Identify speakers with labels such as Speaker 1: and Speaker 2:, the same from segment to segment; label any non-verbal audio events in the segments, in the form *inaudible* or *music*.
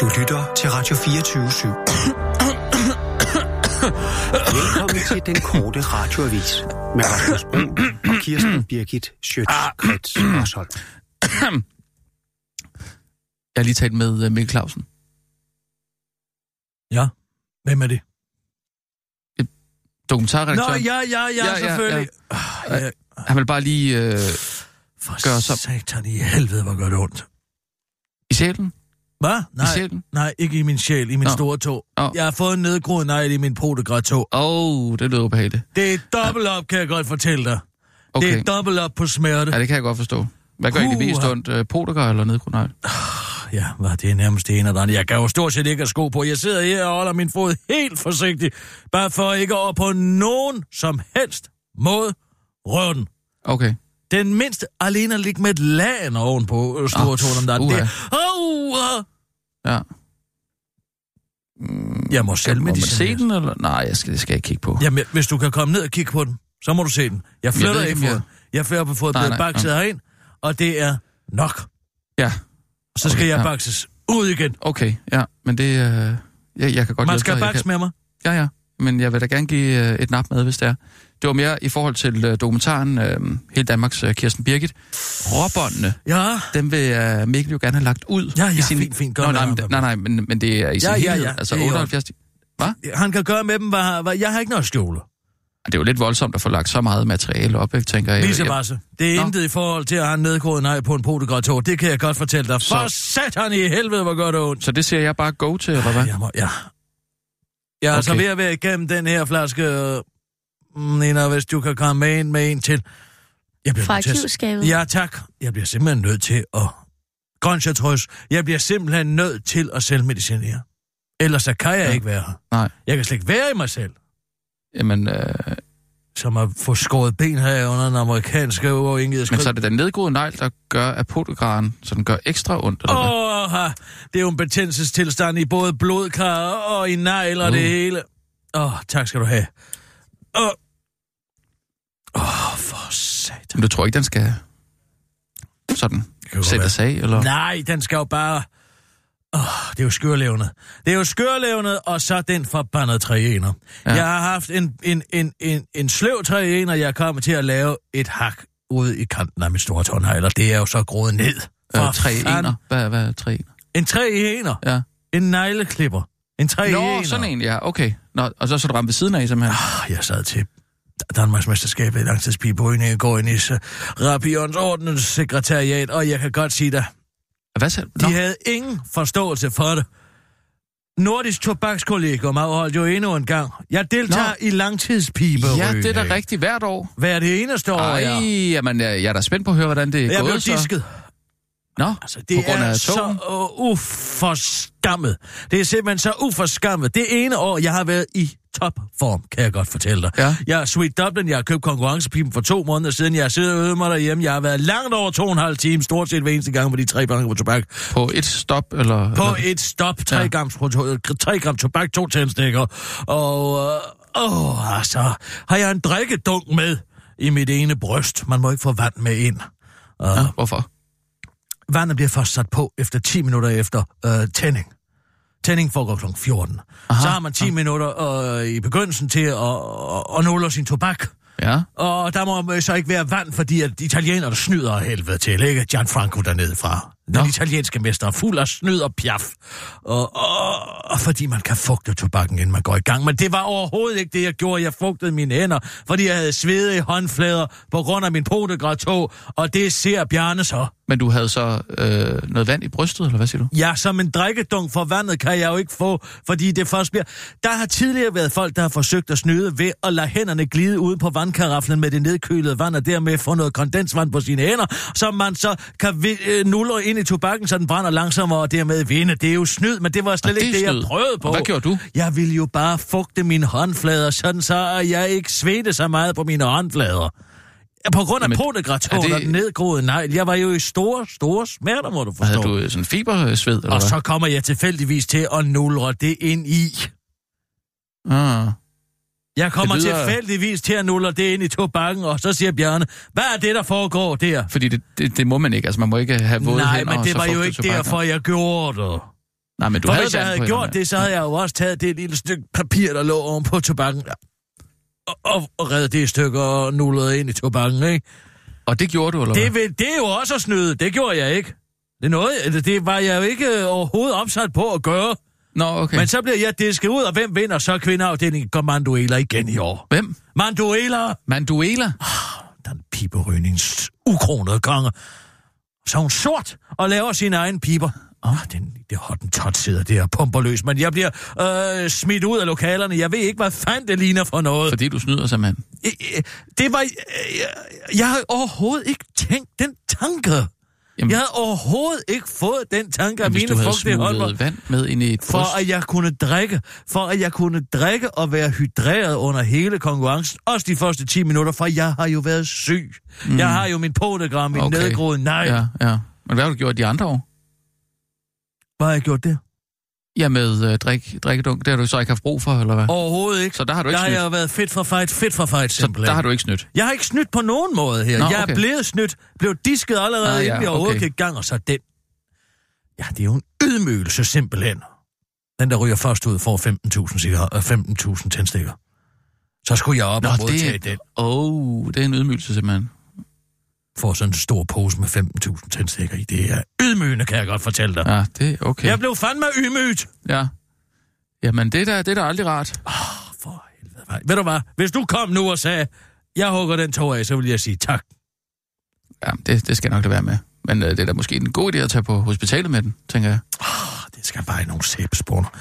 Speaker 1: Du lytter til Radio 24 /7. Velkommen til den korte radioavis med Rasmus Bro og Kirsten Birgit Schøtz-Krets Hørsholm.
Speaker 2: Jeg har lige talt med øh, Mikkel Clausen.
Speaker 3: Ja. Hvem er det? Nå,
Speaker 2: Dokumentarredaktør.
Speaker 3: ja, ja, ja,
Speaker 2: Ja, ja,
Speaker 3: selvfølgelig.
Speaker 2: ja.
Speaker 3: Ja, ja.
Speaker 2: Han vil bare lige øh,
Speaker 3: For
Speaker 2: Gør så.
Speaker 3: satan i helvede, hvor gør det ondt.
Speaker 2: i sjælen.
Speaker 3: Hvad?
Speaker 2: I
Speaker 3: Nej,
Speaker 2: sjælen.
Speaker 3: nej, ikke i min sjæl, i min
Speaker 2: Nå.
Speaker 3: store tog.
Speaker 2: Nå.
Speaker 3: Jeg har fået en nedgroet negl i min potegratå.
Speaker 2: Åh, oh, det lyder ubehageligt.
Speaker 3: Det er dobbelt op, kan jeg godt fortælle dig.
Speaker 2: Okay.
Speaker 3: Det er dobbelt op på smerte.
Speaker 2: Ja, det kan jeg godt forstå. Hvad gør egentlig mest
Speaker 3: Puha.
Speaker 2: ondt? Øh, Podager eller nedgrundejer?
Speaker 3: Ja, hvad, det er nærmest det ene og det andet. Jeg kan jo stort set ikke have sko på. Jeg sidder her og holder min fod helt forsigtigt, bare for ikke over på nogen som helst måde røre den.
Speaker 2: Okay.
Speaker 3: Den mindste alene at ligge med et lagen ovenpå øh, store
Speaker 2: Ah,
Speaker 3: oh, om der.
Speaker 2: uha.
Speaker 3: Det, oh, uh,
Speaker 2: Ja.
Speaker 3: jeg må selv
Speaker 2: Må man se
Speaker 3: medicineres.
Speaker 2: den, eller? Nej, jeg skal, det skal jeg ikke kigge på.
Speaker 3: Jamen, hvis du kan komme ned og kigge på den, så må du se den. Jeg flytter
Speaker 2: ved
Speaker 3: jeg
Speaker 2: ikke,
Speaker 3: ikke
Speaker 2: om jeg-
Speaker 3: foden. Jeg flytter på foden,
Speaker 2: Nej,
Speaker 3: bliver
Speaker 2: nej,
Speaker 3: bakset herind, og det er nok.
Speaker 2: Ja,
Speaker 3: Så skal
Speaker 2: Okay,
Speaker 3: jeg
Speaker 2: ja.
Speaker 3: bakses ud igen.
Speaker 2: okay. Ja, men det... Øh, jeg, jeg kan godt
Speaker 3: Man
Speaker 2: hjælpe
Speaker 3: skal
Speaker 2: dig, jeg
Speaker 3: bakse
Speaker 2: kan-
Speaker 3: med mig.
Speaker 2: Ja, ja. Men jeg vil da gerne give øh, et nap med, hvis det er. Det var mere i forhold til øh, dokumentaren øh, Helt Danmarks øh, Kirsten Birgit. Råbåndene,
Speaker 3: Ja,
Speaker 2: dem vil øh, Mikkel jo gerne have lagt ud.
Speaker 3: Ja, ja,
Speaker 2: i sin...
Speaker 3: fint, fint. Gør
Speaker 2: Nå,
Speaker 3: det,
Speaker 2: nej, men,
Speaker 3: Jacob.
Speaker 2: nej, nej, men, men det er i sin
Speaker 3: Ja, ja,
Speaker 2: helhed.
Speaker 3: ja,
Speaker 2: Altså
Speaker 3: det er i orden.
Speaker 2: 78... Hvad?
Speaker 3: han kan gøre med dem, hvad, hvad jeg har ikke noget at skjule.
Speaker 2: Det er jo lidt voldsomt at få lagt så meget materiale op, ikke, tænker jeg.
Speaker 3: Lise
Speaker 2: Jeg-
Speaker 3: Basse, det er
Speaker 2: Nå.
Speaker 3: Nå. intet i forhold til at have en nedgået nej på en potegratå. Det kan jeg godt fortælle dig. For satan i helvede, hvor gør det ondt.
Speaker 2: Så det siger jeg bare go til, eller hvad?
Speaker 3: Jeg må, ja. Jeg er okay. altså
Speaker 2: Okay.
Speaker 3: ved at være igennem den her flaske, øh, Nina, hvis du kan komme med en med en til. Jeg bliver
Speaker 4: Fra
Speaker 3: nødt til at-
Speaker 4: arkivskabet.
Speaker 3: Ja, tak. Jeg bliver simpelthen nødt til at... Grøntsatrøs, jeg bliver simpelthen nødt til at selvmedicinere. Ellers så kan jeg
Speaker 2: Ja.
Speaker 3: ja. ikke være her.
Speaker 2: Nej.
Speaker 3: Jeg kan slet ikke være i mig selv.
Speaker 2: Jamen, øh,
Speaker 3: Som at få skåret ben her under den amerikanske uafhængighed.
Speaker 2: men så er det den nedgroede negl, der gør apotogaren, så den gør ekstra ondt, eller hvad?
Speaker 3: Åh, det er jo en betændelsestilstand i både blodkar og i negler og
Speaker 2: Uh.
Speaker 3: det hele. Åh, tak skal du have. Åh, Åh, for satan.
Speaker 2: Men du tror ikke, den skal sådan sættes af, eller?
Speaker 3: Nej, den skal jo bare... Åh, det er jo skørlevnet. Det er jo skørlevnet, og så den forbandede træener.
Speaker 2: Ja.
Speaker 3: Ja. Jeg har haft en, en, en, en, en sløv træener, jeg kommer til at lave et hak ude i kanten af mit store tårnhejler. Det er jo så groet ned. For
Speaker 2: Øh, tre
Speaker 3: fanden.
Speaker 2: ener. Hvad, hvad er tre ener?
Speaker 3: En træener.
Speaker 2: Ja.
Speaker 3: En negleklipper. En træener.
Speaker 2: Nå, sådan en, ja, okay. Nå, og så så du ramt ved siden af, simpelthen.
Speaker 3: Ah, jeg sad til Danmarks Mesterskab i langtidspige på en i går ind i så Rapions Ordens sekretariat, og jeg kan godt sige dig,
Speaker 2: Hvad så?
Speaker 3: de
Speaker 2: Nå,
Speaker 3: havde ingen forståelse for det. Nordisk Tobakskollegium afholdt jo endnu en gang. Jeg deltager
Speaker 2: Nå.
Speaker 3: Nå. i langtidspibe.
Speaker 2: ja, det er da rigtigt hvert år.
Speaker 3: Hvad er det eneste år,
Speaker 2: Ej,
Speaker 3: jeg...
Speaker 2: jamen, jeg jeg er da spændt på at høre, hvordan det er
Speaker 3: Jeg blev
Speaker 2: gået, så.
Speaker 3: disket.
Speaker 2: Nå,
Speaker 3: Altså,
Speaker 2: altså,
Speaker 3: det
Speaker 2: på grund
Speaker 3: er
Speaker 2: af
Speaker 3: så
Speaker 2: togen.
Speaker 3: uh, uforskammet. Det er simpelthen så uforskammet. Det ene år, jeg har været i topform, kan jeg godt fortælle dig.
Speaker 2: Ja.
Speaker 3: Jeg er Sweet Dublin, jeg har købt konkurrencepipen for to måneder siden, jeg har siddet og øvet mig derhjemme, jeg har været langt over to og en halv time, stort set hver eneste gang på de tre banker på tobak.
Speaker 2: På et stop, eller...
Speaker 3: På
Speaker 2: eller-
Speaker 3: et stop, tre,
Speaker 2: Ja.
Speaker 3: ja. gram, tre gram tobak, to tændstikker, og øh, åh, altså, har jeg en drikkedunk med i mit ene bryst. Man må ikke få vand med ind.
Speaker 2: Ja, hvorfor?
Speaker 3: Vandet bliver først sat på efter 10 minutter efter øh, tænding. Tænding foregår kl. 14. Aha, så har man 10 aha. minutter øh, i begyndelsen til at, at, at nulle sin tobak.
Speaker 2: Ja.
Speaker 3: Og der må øh, så ikke være vand, fordi at italienerne snyder af helvede til, ikke? Gianfranco dernede fra. Den
Speaker 2: Nå.
Speaker 3: italienske mester er fuld af snyd og pjaf. Og, og, og, fordi man kan fugte tobakken, inden man går i gang. Men det var overhovedet ikke det, jeg gjorde. Jeg fugtede mine hænder, fordi jeg havde svedet i håndflader på grund af min potegratå. Og det ser Bjarne så.
Speaker 2: Men du havde så øh, noget vand i brystet, eller hvad siger du?
Speaker 3: Ja, som en drikkedunk for vandet kan jeg jo ikke få, fordi det først bliver... Der har tidligere været folk, der har forsøgt at snyde ved at lade hænderne glide ude på vandkaraflen med det nedkølede vand, og dermed få noget kondensvand på sine hænder, som man så kan vi, øh, nulle ind i tobakken, så den brænder langsommere og dermed vinde. Det er jo snyd, men det var slet
Speaker 2: Og det
Speaker 3: ikke
Speaker 2: er
Speaker 3: det, jeg
Speaker 2: snyd.
Speaker 3: prøvede på.
Speaker 2: Og hvad gjorde du?
Speaker 3: Jeg ville jo bare fugte mine håndflader, sådan så at jeg ikke svedte så meget på mine håndflader. På grund af
Speaker 2: Jamen,
Speaker 3: protegratoren
Speaker 2: er det-
Speaker 3: og den nedgroede negl, jeg var jo i store, store smerter, må du forstå.
Speaker 2: Havde du øh, sådan fibersved, eller
Speaker 3: Og
Speaker 2: hvad?
Speaker 3: så kommer jeg tilfældigvis til at nulre det ind i.
Speaker 2: Ah.
Speaker 3: Jeg kommer
Speaker 2: Det
Speaker 3: lyder...
Speaker 2: lyder-
Speaker 3: tilfældigvis til at nulre det ind i tobakken, og så siger Bjørne, hvad er det, der foregår der?
Speaker 2: Fordi det, det, det må man ikke. Altså, man må ikke have våde
Speaker 3: Nej,
Speaker 2: hænder
Speaker 3: men
Speaker 2: og
Speaker 3: det
Speaker 2: så
Speaker 3: var jo
Speaker 2: fugtet
Speaker 3: ikke
Speaker 2: tobak.
Speaker 3: derfor, jeg gjorde det.
Speaker 2: Nej, men du
Speaker 3: For
Speaker 2: havde
Speaker 3: hvis jeg
Speaker 2: tanden
Speaker 3: havde
Speaker 2: på
Speaker 3: gjort
Speaker 2: hænderne.
Speaker 3: det, så havde jeg jo også taget det lille stykke papir, der lå oven på tobakken, og, og, og reddet det i stykker og nullet ind i tobakken, ikke?
Speaker 2: Og det gjorde du, eller hvad?
Speaker 3: Det, vil, det er jo også at snyde, det gjorde jeg ikke. Det, er noget, altså, det var jeg jo ikke øh, overhovedet opsat på at gøre.
Speaker 2: Nå, okay.
Speaker 3: Okay. Men så bliver jeg disket ud, og hvem vinder så kvindeafdelingen Kommandoeler igen i år?
Speaker 2: Hvem?
Speaker 3: Mandueler,
Speaker 2: Manduela?
Speaker 3: den piberøgnings ukronede konge. Så er hun sort og laver sine egne piber. Oh, den, det hotten tot sidder der og pumper løs, men jeg bliver øh, smidt ud af lokalerne. Jeg ved ikke, hvad fanden det ligner for noget.
Speaker 2: Fordi du snyder sig, mand.
Speaker 3: Øh, øh, Det var... øh, Jeg, jeg havde overhovedet ikke tænkt den tanke.
Speaker 2: Jamen.
Speaker 3: Jamen. Jeg havde overhovedet ikke fået den tanke af
Speaker 2: Hvis
Speaker 3: mine
Speaker 2: du havde
Speaker 3: frugtige håndbold.
Speaker 2: smuglet vand med ind i et bryst.
Speaker 3: For at jeg kunne drikke, for at jeg kunne drikke og være hydreret under hele konkurrencen, også de første 10 minutter, for jeg har jo været syg. Mm. Jeg har jo min podegram, min okay. nedgroede nej. Ja.
Speaker 2: Ja, ja. Men hvad har du gjort de andre år?
Speaker 3: Hvad har jeg gjort det?
Speaker 2: Ja, med øh, drik, drikkedunk. Det har du så ikke haft brug for, eller hvad?
Speaker 3: Overhovedet ikke.
Speaker 2: Så der har du
Speaker 3: Der
Speaker 2: ikke
Speaker 3: har
Speaker 2: snydt.
Speaker 3: jeg jo været fedt for fight, fedt for fight
Speaker 2: Så
Speaker 3: simpelthen.
Speaker 2: der har du ikke snydt.
Speaker 3: Jeg har ikke snydt på nogen måde her.
Speaker 2: Nå,
Speaker 3: Nå, jeg
Speaker 2: okay.
Speaker 3: er blevet snydt, blev disket allerede,
Speaker 2: Ah,
Speaker 3: ah,
Speaker 2: ja,
Speaker 3: inden jeg overhovedet
Speaker 2: okay.
Speaker 3: okay. gik i gang, og så den. Ja, det er jo en ydmygelse simpelthen. Den, der ryger først ud, får 15.000 cigaretter, 15.000 øh, tændstikker. Så skulle jeg op Nå, og modtage det... den.
Speaker 2: Oh, det er en ydmygelse, simpelthen.
Speaker 3: får sådan en stor pose med 15.000 tændstikker i. Det er ydmygende, kan jeg godt fortælle dig.
Speaker 2: Ja, det er okay.
Speaker 3: Jeg blev fandme ydmygt.
Speaker 2: Ja. Jamen, det er da, det er da aldrig rart.
Speaker 3: Åh, For helvede. mand. Ved du hvad? Hvis du kom nu og sagde, jeg hugger den tog af, så vil jeg sige tak.
Speaker 2: Ja, det, det skal jeg nok det være med. Men øh, det er da måske en god idé at tage på hospitalet med den, tænker jeg.
Speaker 3: Åh, Det skal bare i nogle sæbesporer.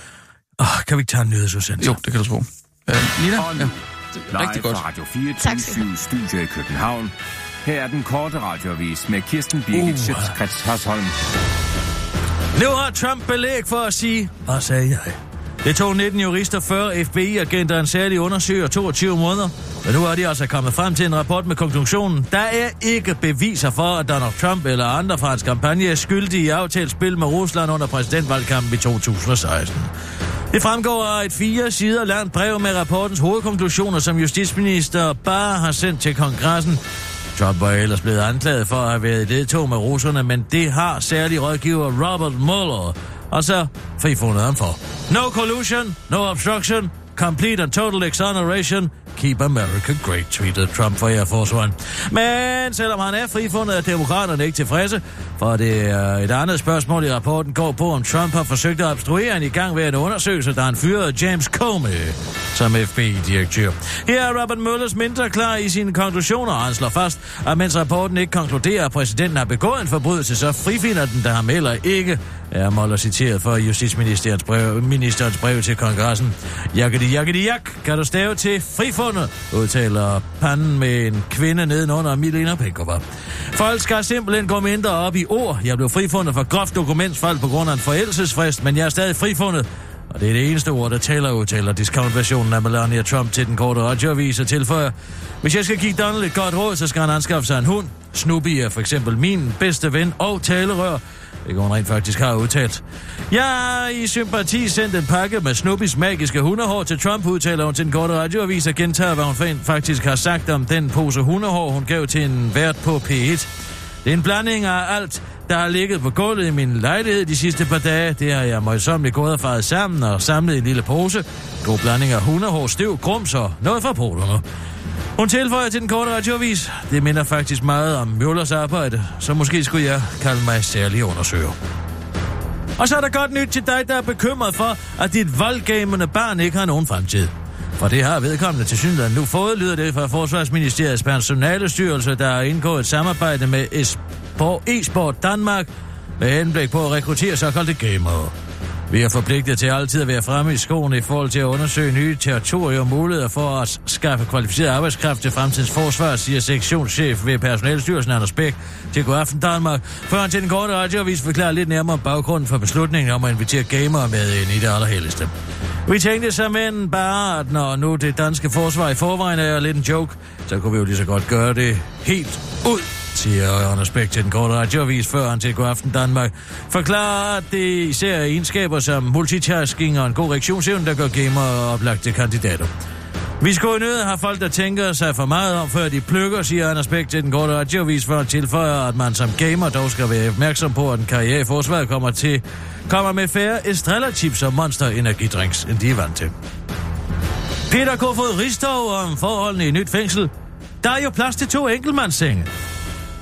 Speaker 3: Åh, kan vi ikke tage en nyhedsudsendelse?
Speaker 2: Jo, det kan du tro. Øh, Nina?
Speaker 4: Og nu,
Speaker 2: Ja.
Speaker 4: live
Speaker 2: Rigtig godt.
Speaker 4: fra Radio
Speaker 5: Tak skal du
Speaker 4: 24 Studio i København. Her er den korte radiovis med Kirsten Birgit
Speaker 3: Uh.
Speaker 4: uh.
Speaker 2: Oh.
Speaker 4: Schøtzgrads Hasholm.
Speaker 3: Nu har Trump belæg for at sige, hvad sagde jeg? Det tog 19 jurister, 40 FBI-agenter, en særlig undersøger 22 måneder. Men nu er de altså kommet frem til en rapport med konklusionen. Der er ikke beviser for, at Donald Trump eller andre fra hans kampagne er skyldige i aftalt spil med Rusland under præsidentvalgkampen i 2016. Det fremgår af et fire sider langt brev med rapportens hovedkonklusioner, som justitsminister bare har sendt til kongressen. Trump var ellers blevet anklaget for at have været i ledtog med russerne, men det har særlig rådgiver Robert Mueller, og så frifundet ham for. No collusion, no obstruction, complete and total exoneration, Keep America Great, tweetede Trump for jer forsvaren. Men selvom han er frifundet, er demokraterne ikke tilfredse, for det er et andet spørgsmål i rapporten går på, om Trump har forsøgt at obstruere en igangværende undersøgelse, der han fyrede James Comey som FBI-direktør. Her er Robert Muellers mindre klar i sine konklusioner, og han slår fast, at mens rapporten ikke konkluderer, at præsidenten har begået en forbrydelse, så frifinder den der ham heller ikke, er Mueller citeret for i Justitsministeriets brev, ministerens brev til kongressen. Jakkedi, jakkedi, jak, kan du stave til frifundet, udtaler panden med en kvinde nedenunder Milena Penkova. Folk skal simpelthen gå mindre op i ord. Jeg blev frifundet for groft dokumentsfald på grund af en forældelsesfrist, men jeg er stadig frifundet. Og det er det eneste ord, der tæller, udtaler discountversionen af Melania Trump til den korte radioavis og tilføjer. Hvis jeg skal give Donald et godt råd, så skal han anskaffe sig en hund. Snoopy er for eksempel min bedste ven og talerør. Det kan hun rent faktisk har udtalt. Jeg har i sympati sendt en pakke med Snoopys magiske hundehår til Trump, udtaler hun til den korte radioavis og gentager, hvad hun fan- faktisk har sagt om den pose hundehår, hun gav til en vært på P1. Det er en blanding af alt, der har ligget på gulvet i min lejlighed de sidste par dage. Det har jeg møjsommeligt gået og faret sammen og samlet i en lille pose. God blanding af hundehår, støv, grums og noget fra polerne. Hun tilføjer til den korte radioavis. Det minder faktisk meget om Møllers arbejde, så måske skulle jeg kalde mig særlig undersøger. Og så er der godt nyt til dig, der er bekymret for, at dit voldgamende barn ikke har nogen fremtid. For det har vedkommende til synligheden nu fået, lyder det fra Forsvarsministeriets personalestyrelse, der har indgået et samarbejde med Esport, e-sport Danmark med henblik på at rekruttere såkaldte gamere. Vi er forpligtet til altid at være fremme i skoene i forhold til at undersøge nye territorier og muligheder for at skaffe kvalificeret arbejdskraft til fremtidens forsvar, siger sektionschef ved Personalstyrelsen Anders Bæk til God Aften Danmark. Før han til den korte radioavis forklarer lidt nærmere om baggrunden for beslutningen om at invitere gamere med ind i det allerhelligste. Vi tænkte simpelthen bare, at når nu det danske forsvar i forvejen er lidt en joke, så kunne vi jo lige så godt gøre det helt ud siger Anders Bæk til den korte radioavis, før han til Godaften Danmark, forklarer, at det især er egenskaber som multitasking og en god reaktionsevne, der gør gamer oplagte kandidater. Vi skulle nødt have folk, der tænker sig for meget om, før de plukker, siger Anders Bæk til den korte radiovis, for at tilføje, at man som gamer dog skal være opmærksom på, at en karriere i forsvaret kommer, til, kommer med færre Estrella-chips og monster-energidrinks, end de er vant til. Peter Kofod Ristov om forholdene i nyt fængsel. Der er jo plads til to enkeltmandssenge.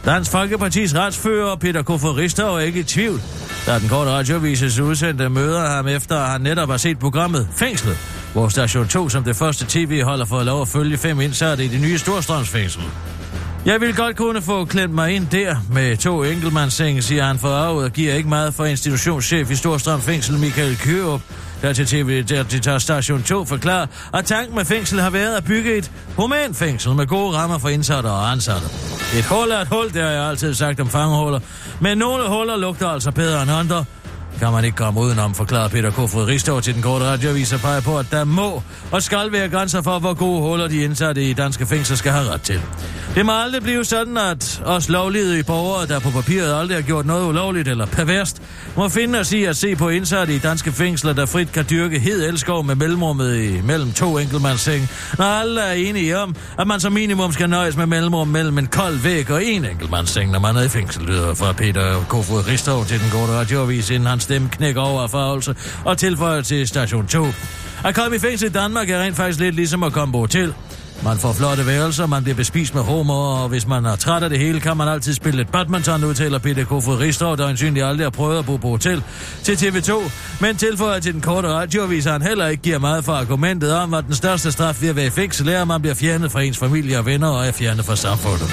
Speaker 3: Dansk Folkepartis retsfører Peter Kofod Ristov er ikke i tvivl, da den korte radiovises udsendte møder ham efter, at han netop har set programmet Fængslet, hvor Station 2 som det første tv holder for lov at følge fem indsatte i det nye Storstrømsfængsel. Jeg vil godt kunne få klemt mig ind der med to enkeltmandssenge, siger han for arvet og giver ikke meget for institutionschef i Storstrøm Fængsel Michael Kørup, der til TV, der til tager Station 2 forklarer, at tanken med fængsel har været at bygge et romanfængsel med gode rammer for indsatte og ansatte. Et hul er et hul, det har jeg altid sagt om fangehuller, men nogle huller lugter altså bedre end andre, kan man ikke komme udenom, forklarer Peter Kofod Ristov til den korte radioavis og peger på, at der må og skal være grænser for, hvor gode huller de indsatte i danske fængsler skal have ret til. Det må aldrig blive sådan, at os lovlydige borgere, der på papiret aldrig har gjort noget ulovligt eller perverst, må finde os i at se på indsatte i danske fængsler, der frit kan dyrke hed elskov med mellemrummet i mellem to enkeltmandsseng, når alle er enige om, at man som minimum skal nøjes med mellemrum mellem en kold væg og en enkeltmandsseng, når man er i fængsel, lyder fra Peter Kofod Ristov til den korte radioavis, inden hans stemme knækker over af farvelse og tilføjer til station 2. At komme i fængsel i Danmark er rent faktisk lidt ligesom at komme på hotel. Man får flotte værelser, man bliver bespist med hummer, og hvis man er træt af det hele, kan man altid spille lidt badminton, udtaler Peter Kofod Ristov, der ansynlig aldrig har prøvet at bo på hotel, til TV2. Men tilføjer til den korte radioavis, at han heller ikke giver meget for argumentet om, at den største straf ved at være i fængsel er, at man bliver fjernet fra ens familie og venner og er fjernet fra samfundet.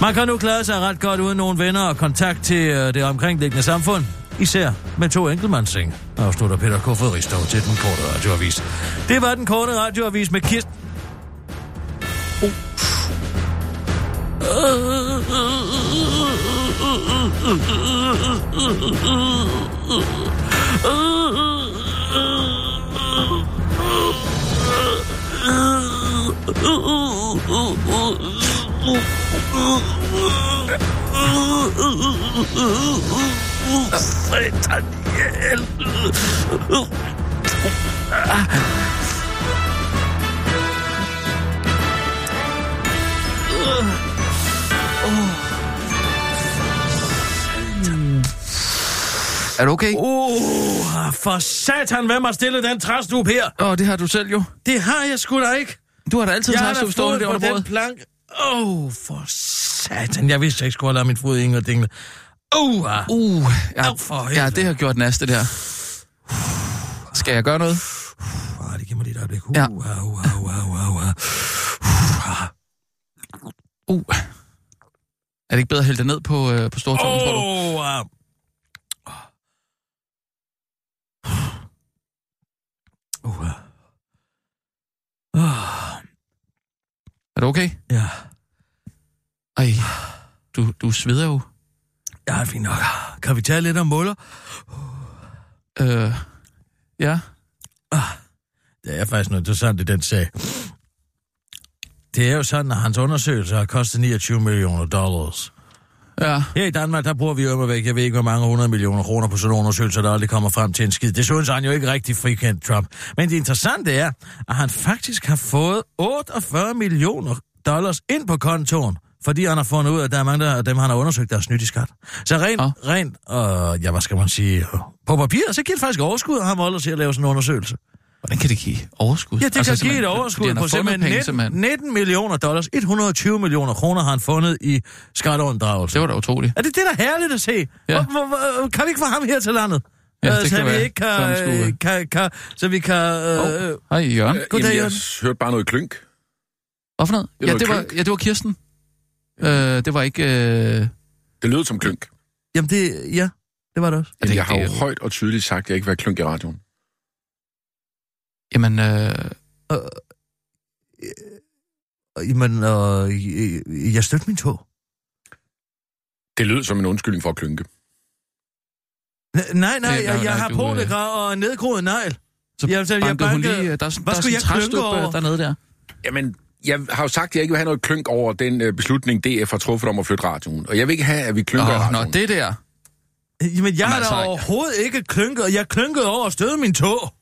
Speaker 3: Man kan nu klare sig ret godt uden nogen venner og kontakt til øh, det omkringliggende samfund. Især med to enkeltmandssenge, afslutter Peter Kofod Ristov til den korte radioavis. Det var den korte radioavis med Kirsten...
Speaker 2: Er du okay? Åh,
Speaker 3: Oh, for satan, hvem har stillet den træstup her?
Speaker 2: oh. oh, det har du selv jo.
Speaker 3: Det har jeg sgu da ikke.
Speaker 2: Du har da altid
Speaker 3: Jeg har
Speaker 2: taget
Speaker 3: da
Speaker 2: stå stående
Speaker 3: fået
Speaker 2: der
Speaker 3: på
Speaker 2: under bordet.
Speaker 3: den plank. Åh, oh, for satan. Jeg vidste, jeg ikke skulle have lavet min fod i og dingle. Åh, oh, ah.
Speaker 2: Uh, ja,
Speaker 3: Au, for
Speaker 2: ja,
Speaker 3: helvede.
Speaker 2: det har gjort næste det her. Skal jeg gøre noget?
Speaker 3: Ah, det giver mig lige et øjeblik. Uh,
Speaker 2: Ja.
Speaker 3: ja. uh, uh, uh, uh, uh.
Speaker 2: Uh. Er det ikke bedre at hælde det ned på, øh, på stortorven, oh. tror du?
Speaker 3: Åh, ah. Uh, ah.
Speaker 2: Er du okay?
Speaker 3: ja.
Speaker 2: Ej, du, du sveder jo.
Speaker 3: Ja, det er fint nok. Kan vi tale lidt om muller?
Speaker 2: Øh, ja.
Speaker 3: Det er faktisk noget interessant i den sag. Det er jo sådan, at hans undersøgelser har kostet 29 millioner dollars.
Speaker 2: Ja.
Speaker 3: Her i Danmark, der bruger vi jo væk, jeg ved ikke, hvor mange hundrede millioner kroner på sådan nogle undersøgelser, der aldrig kommer frem til en skid. Desuden så er han jo ikke rigtig frikendt Trump. Men det interessante er, at han faktisk har fået 48 millioner dollars ind på kontoen, fordi han har fundet ud af, at der er mange der- af dem, han har undersøgt, der er snydt i skat. Så rent,
Speaker 2: Ah.
Speaker 3: oh. rent, øh, ja, hvad skal man sige, øh, på papiret, så giver det faktisk overskud, at han holder til at lave sådan en undersøgelse.
Speaker 2: Hvordan kan det give overskud?
Speaker 3: Ja, det altså, kan give
Speaker 2: simpelthen,
Speaker 3: et
Speaker 2: fordi
Speaker 3: overskud
Speaker 2: han har
Speaker 3: på
Speaker 2: fået noget
Speaker 3: simpelthen
Speaker 2: penge,
Speaker 3: 19,
Speaker 2: simpelthen.
Speaker 3: 19 millioner dollars. 120 millioner kroner har han fundet i skatteunddragelse.
Speaker 2: Det var da utroligt.
Speaker 3: Er det det, der er herligt at se?
Speaker 2: Ja.
Speaker 3: Hvor, hvor, hvor, kan vi ikke få ham her til landet?
Speaker 2: Ja,
Speaker 3: Øh,
Speaker 2: det
Speaker 3: så
Speaker 2: kan
Speaker 3: vi
Speaker 2: være.
Speaker 3: ikke kan,
Speaker 2: Sådan skulle-
Speaker 3: øh, kan, kan, så vi kan... Øh, oh.
Speaker 2: Hej, Jørgen.
Speaker 5: Øh,
Speaker 3: Goddag,
Speaker 5: Jamen, jeg
Speaker 3: Jørgen.
Speaker 5: hørte bare noget klynk.
Speaker 2: Hvorfor noget?
Speaker 5: det
Speaker 2: Ja,
Speaker 5: var
Speaker 2: det var,
Speaker 5: klønk.
Speaker 2: ja, det var Kirsten. Øh, det var ikke... Øh...
Speaker 5: Det lød som klynk.
Speaker 3: Jamen det... Ja, det var det også.
Speaker 5: Men
Speaker 2: det ikke
Speaker 5: jeg har jo
Speaker 2: det?
Speaker 5: højt og tydeligt sagt, at jeg ikke vil have klynk i radioen.
Speaker 2: Jamen, øh...
Speaker 3: Og, Jamen, øh, jeg- jeg stødte min tog.
Speaker 5: Det lød som en undskyldning for at klynke.
Speaker 3: N- Nej, nej,
Speaker 2: Det- nej,
Speaker 3: jeg, jeg
Speaker 2: nej,
Speaker 3: har
Speaker 2: du, øh,
Speaker 3: polegrav og en nedgroet negl.
Speaker 2: så
Speaker 3: Jamen, så jeg
Speaker 2: bankede hun
Speaker 3: bankede-
Speaker 2: lige... øh, Der er, sådan-
Speaker 3: Hvad
Speaker 2: der er sådan
Speaker 3: skulle
Speaker 2: en
Speaker 3: jeg klønke
Speaker 2: træstup
Speaker 3: over?
Speaker 2: øh, dernede der.
Speaker 5: Jamen, jeg har jo sagt, at jeg ikke vil have noget klynk over den øh, beslutning, DF har truffet om at flytte radioen. Og jeg vil ikke have, at vi klynker i
Speaker 2: Åh, nå,
Speaker 5: radioen.
Speaker 2: det der.
Speaker 3: Jamen, jeg har
Speaker 2: altså,
Speaker 3: da
Speaker 2: jeg-
Speaker 3: overhovedet ikke klynket. Jeg klynkede over at støde min tog.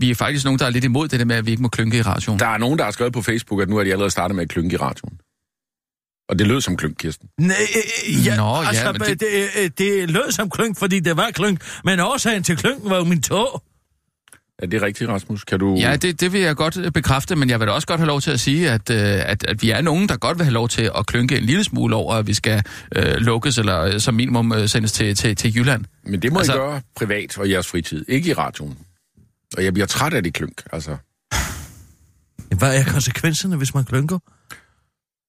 Speaker 2: vi er faktisk nogen, der er lidt imod det der med, at vi ikke må klynke i radioen.
Speaker 5: Der er nogen, der har skrevet på Facebook, at nu har de allerede startet med at klynke i radioen. Og det lød som klynk, Kirsten.
Speaker 3: Nej, øh, øh, ja,
Speaker 2: Nå, ja,
Speaker 3: altså,
Speaker 2: men
Speaker 3: det...
Speaker 2: det-
Speaker 3: Det, øh, det lød som klønk, fordi det var klønk, men årsagen til klønken var jo min tog.
Speaker 5: Er det rigtigt, Rasmus? Kan du...
Speaker 2: Ja, det, det vil jeg godt øh, bekræfte, men jeg vil da også godt have lov til at sige, at, øh, at, at vi er nogen, der godt vil have lov til at klynke en lille smule over, at vi skal øh, lukkes eller øh, som minimum øh, sendes til, til, til Jylland.
Speaker 5: Men det må altså...
Speaker 2: Altså-
Speaker 5: I gøre privat og i jeres fritid, ikke i radioen. Og jeg bliver træt af det klynk, altså.
Speaker 3: Hvad er konsekvenserne, hvis man klønker?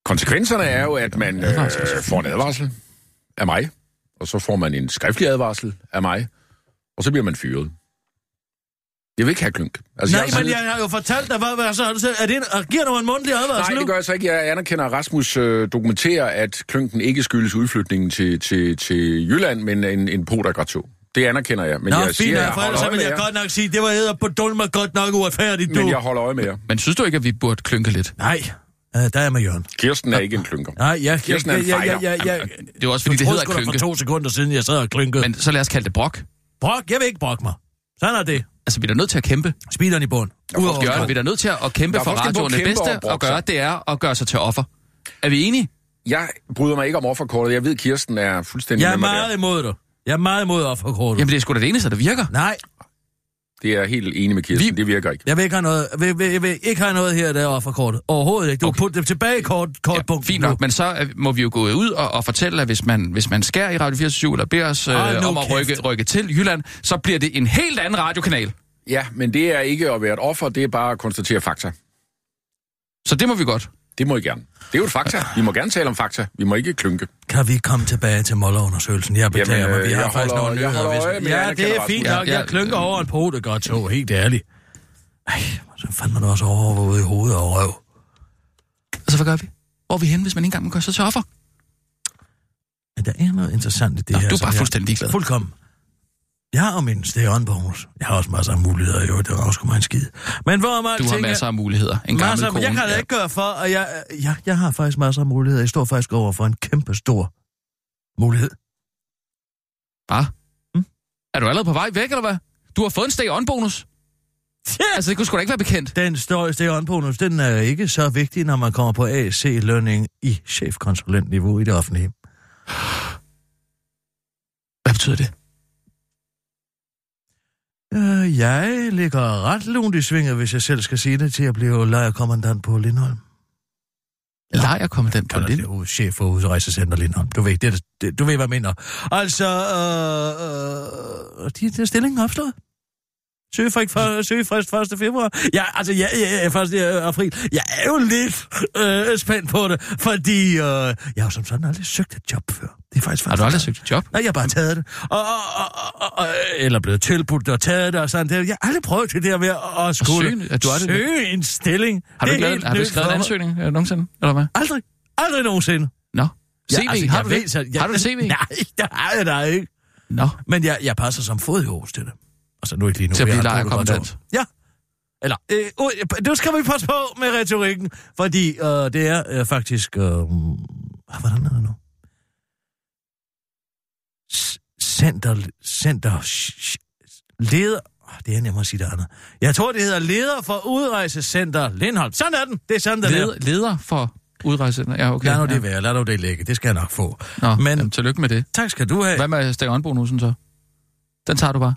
Speaker 5: Konsekvenserne er jo, at man øh, får en advarsel af mig, og så får man en skriftlig advarsel af mig, og så bliver man fyret. Jeg vil ikke have klynk. Altså,
Speaker 3: Nej,
Speaker 5: har
Speaker 3: men
Speaker 5: siddet-
Speaker 3: jeg har jo fortalt dig, hvad, hvad så, har du selv- er det en, og giver du en mundtlig advarsel
Speaker 5: Nej,
Speaker 3: nu?
Speaker 5: det gør jeg så ikke. Jeg anerkender, at Rasmus øh, dokumenterer, at klynken ikke skyldes udflytningen til, til, til Jylland, men en, en po, der går tog. Det anerkender jeg, men
Speaker 3: Nå,
Speaker 5: jeg
Speaker 3: fint,
Speaker 5: siger,
Speaker 3: siger,
Speaker 5: jeg
Speaker 3: for ellers
Speaker 5: holder
Speaker 3: så
Speaker 5: øje
Speaker 3: vil
Speaker 5: med
Speaker 3: jeg
Speaker 5: jer,
Speaker 3: godt nok sige, det var æder på dulmer godt nok uretfærdigt, du.
Speaker 5: men jeg holder øje med jer.
Speaker 2: Men synes du ikke, at vi burde klynke lidt?
Speaker 3: Nej, øh, der er jeg med Jørgen.
Speaker 5: Kirsten er ikke en klynker.
Speaker 3: Nej, jeg...
Speaker 5: Kirsten er en
Speaker 3: jeg,
Speaker 5: fighter.
Speaker 3: jeg, jeg, jeg, jeg
Speaker 2: Det er jo også, fordi det hedder at
Speaker 3: sgu da for
Speaker 2: klynke.
Speaker 3: to sekunder siden, jeg sad og klynkede. Men...
Speaker 2: Men så lad os kalde det brok.
Speaker 3: Brok, jeg vil ikke brokke mig. Sådan er det.
Speaker 2: Altså, vi er da nødt til at kæmpe.
Speaker 3: Speederen i bund.
Speaker 5: Udover
Speaker 2: Gør det. Vi er da nødt til at kæmpe
Speaker 5: Der er
Speaker 2: for
Speaker 5: forskel på at
Speaker 2: radioen. Det
Speaker 5: kæmpe og
Speaker 2: bedste
Speaker 5: brokke
Speaker 2: at gøre,
Speaker 5: sig.
Speaker 2: det er at gøre sig til offer. Er vi enige?
Speaker 5: Jeg bryder mig ikke om offerkortet. Jeg ved, Kirsten er fuldstændig
Speaker 3: Jeg er
Speaker 5: med mig der.
Speaker 3: meget imod dig. Jeg er meget imod offerkortet.
Speaker 2: Jamen, det er sgu da det eneste, der virker.
Speaker 3: Nej,
Speaker 5: Det er jeg helt enig med
Speaker 2: Vi-
Speaker 5: Kirsten. Det virker ikke.
Speaker 3: jeg vil ikke have noget, jeg vil, vil, jeg vil ikke have noget her der offerkortet. Overhovedet ikke. Du okay. putte dem tilbage i kort,
Speaker 2: Ja,
Speaker 3: kortpunkten
Speaker 2: fint
Speaker 3: nu.
Speaker 2: nok, men så øh, må vi jo gå ud og, og fortælle, at hvis man, hvis man skærer i Radio 24 eller beder os øh,
Speaker 3: Ej, nu
Speaker 2: om at
Speaker 3: kæft.
Speaker 2: rykke, rykke til Jylland, så bliver det en helt anden radiokanal.
Speaker 5: Ja, men det er ikke at være et offer, det er bare at konstatere fakta.
Speaker 2: Så det må vi godt.
Speaker 5: Det må I gerne. Det er jo et fakta. Vi må gerne tale om fakta. Vi må ikke klynke.
Speaker 3: Kan vi komme tilbage til Mollerundersøgelsen? Jeg beklager
Speaker 5: Jamen,
Speaker 3: Jamen,
Speaker 5: øh,
Speaker 3: mig, vi
Speaker 5: jeg
Speaker 3: har faktisk
Speaker 5: holder-
Speaker 3: nogle
Speaker 5: jeg
Speaker 3: nyheder.
Speaker 5: holder
Speaker 3: hvis-
Speaker 5: øje med
Speaker 3: ja,
Speaker 5: Anna
Speaker 3: det er
Speaker 5: Kjær
Speaker 3: fint
Speaker 2: Rasmussen.
Speaker 3: nok.
Speaker 2: Ja,
Speaker 3: Jeg
Speaker 2: ja,
Speaker 3: klynker
Speaker 2: øh,
Speaker 3: over en pote godt tog, helt ærligt. Ej, så fandt man også over ude i hovedet og røv.
Speaker 2: Altså, hvad gør vi? Hvor er vi hen, hvis man ikke engang må gøre sig til offer?
Speaker 3: Men der er noget interessant i det
Speaker 2: Nå,
Speaker 3: her.
Speaker 2: du er
Speaker 3: som
Speaker 2: bare
Speaker 3: jeg-
Speaker 2: fuldstændig ligeglad.
Speaker 3: Fuldkommen. Jeg har min stereonbonus. Jeg har også masser af muligheder, jo. Det er også mig en skid. Men hvor meget
Speaker 2: Du har masser af muligheder. En gammel
Speaker 3: masser,
Speaker 2: kone.
Speaker 3: Jeg kan da
Speaker 2: ja.
Speaker 3: ikke gøre for, og jeg, jeg, jeg har faktisk masser af muligheder. Jeg står faktisk over for en kæmpe stor mulighed.
Speaker 2: Bare? Hm? Er du allerede på vej væk, eller hvad? Du har fået en steg on bonus.
Speaker 3: Ja.
Speaker 2: Altså, det kunne sgu da ikke være bekendt.
Speaker 3: Den står stereonbonus, den er ikke så vigtig, når man kommer på AC-lønning i chefkonsulentniveau i det offentlige.
Speaker 2: Hvad betyder det?
Speaker 3: Øh, jeg ligger ret lunt i svinget, hvis jeg selv skal sige det, til at blive lejerkommandant på Lindholm.
Speaker 2: Lejer kommer den på
Speaker 3: Eller
Speaker 2: lidt.
Speaker 3: det er jo chef for udrejsecenter Lindholm. Du ved, det, er- det, du ved hvad jeg mener. Altså, øh, øh, de, de er stillingen opslået. Søgefrist, for, søgefrist 1. februar. Ja, altså, ja, ja, ja, 1. april. Jeg er jo lidt øh, spændt på det, fordi øh, jeg har jo som sådan aldrig søgt et job før. Det er faktisk
Speaker 2: Har du aldrig søgt et job?
Speaker 3: Nej, jeg har bare taget det. Og, og, og, og, og, eller blevet tilbudt og taget det og sådan det. Jeg har aldrig prøvet det der med at, at skulle
Speaker 2: søge en- at du aldrig-
Speaker 3: søge en stilling.
Speaker 2: Har du,
Speaker 3: Det er
Speaker 2: ikke lavet,
Speaker 3: helt
Speaker 2: har du
Speaker 3: nyt
Speaker 2: skrevet en
Speaker 3: for mig.
Speaker 2: ansøgning øh, nogensinde, eller hvad?
Speaker 3: Aldrig. Aldrig nogensinde.
Speaker 2: Nå. CV,
Speaker 3: Ja, altså,
Speaker 2: har,
Speaker 3: jeg
Speaker 2: du
Speaker 3: ved
Speaker 2: det?
Speaker 3: så- jeg-
Speaker 2: har du et CV?
Speaker 3: *laughs* Nej, det har jeg da ikke.
Speaker 2: Nå.
Speaker 3: Men jeg, jeg passer som fod i Aarhus til det. Altså nu ikke lige nu.
Speaker 2: Til at
Speaker 3: jeg
Speaker 2: blive
Speaker 3: er
Speaker 2: lejerkommandant.
Speaker 3: Ja. Eller, øh, øh, nu skal vi passe på med retorikken, fordi øh, det er øh, faktisk... Øh, ah, hvordan er det nu? S- Center... Center... sh- sh- Leder... ah, Det er nemmere at sige det andet. Jeg tror, det hedder leder for udrejsecenter Lindholm. Sådan er den. Det er sådan, den er.
Speaker 2: Led, leder for udrejsecenter? Ja, okay.
Speaker 3: Lad nu
Speaker 2: ja.
Speaker 3: det være. Lad nu det ligge. Det skal jeg nok få.
Speaker 2: Nå,
Speaker 3: Men-
Speaker 2: men... Jamen, tillykke med det.
Speaker 3: Tak skal du have.
Speaker 2: Hvad med Steg Åndbonusen så? Den tager du bare.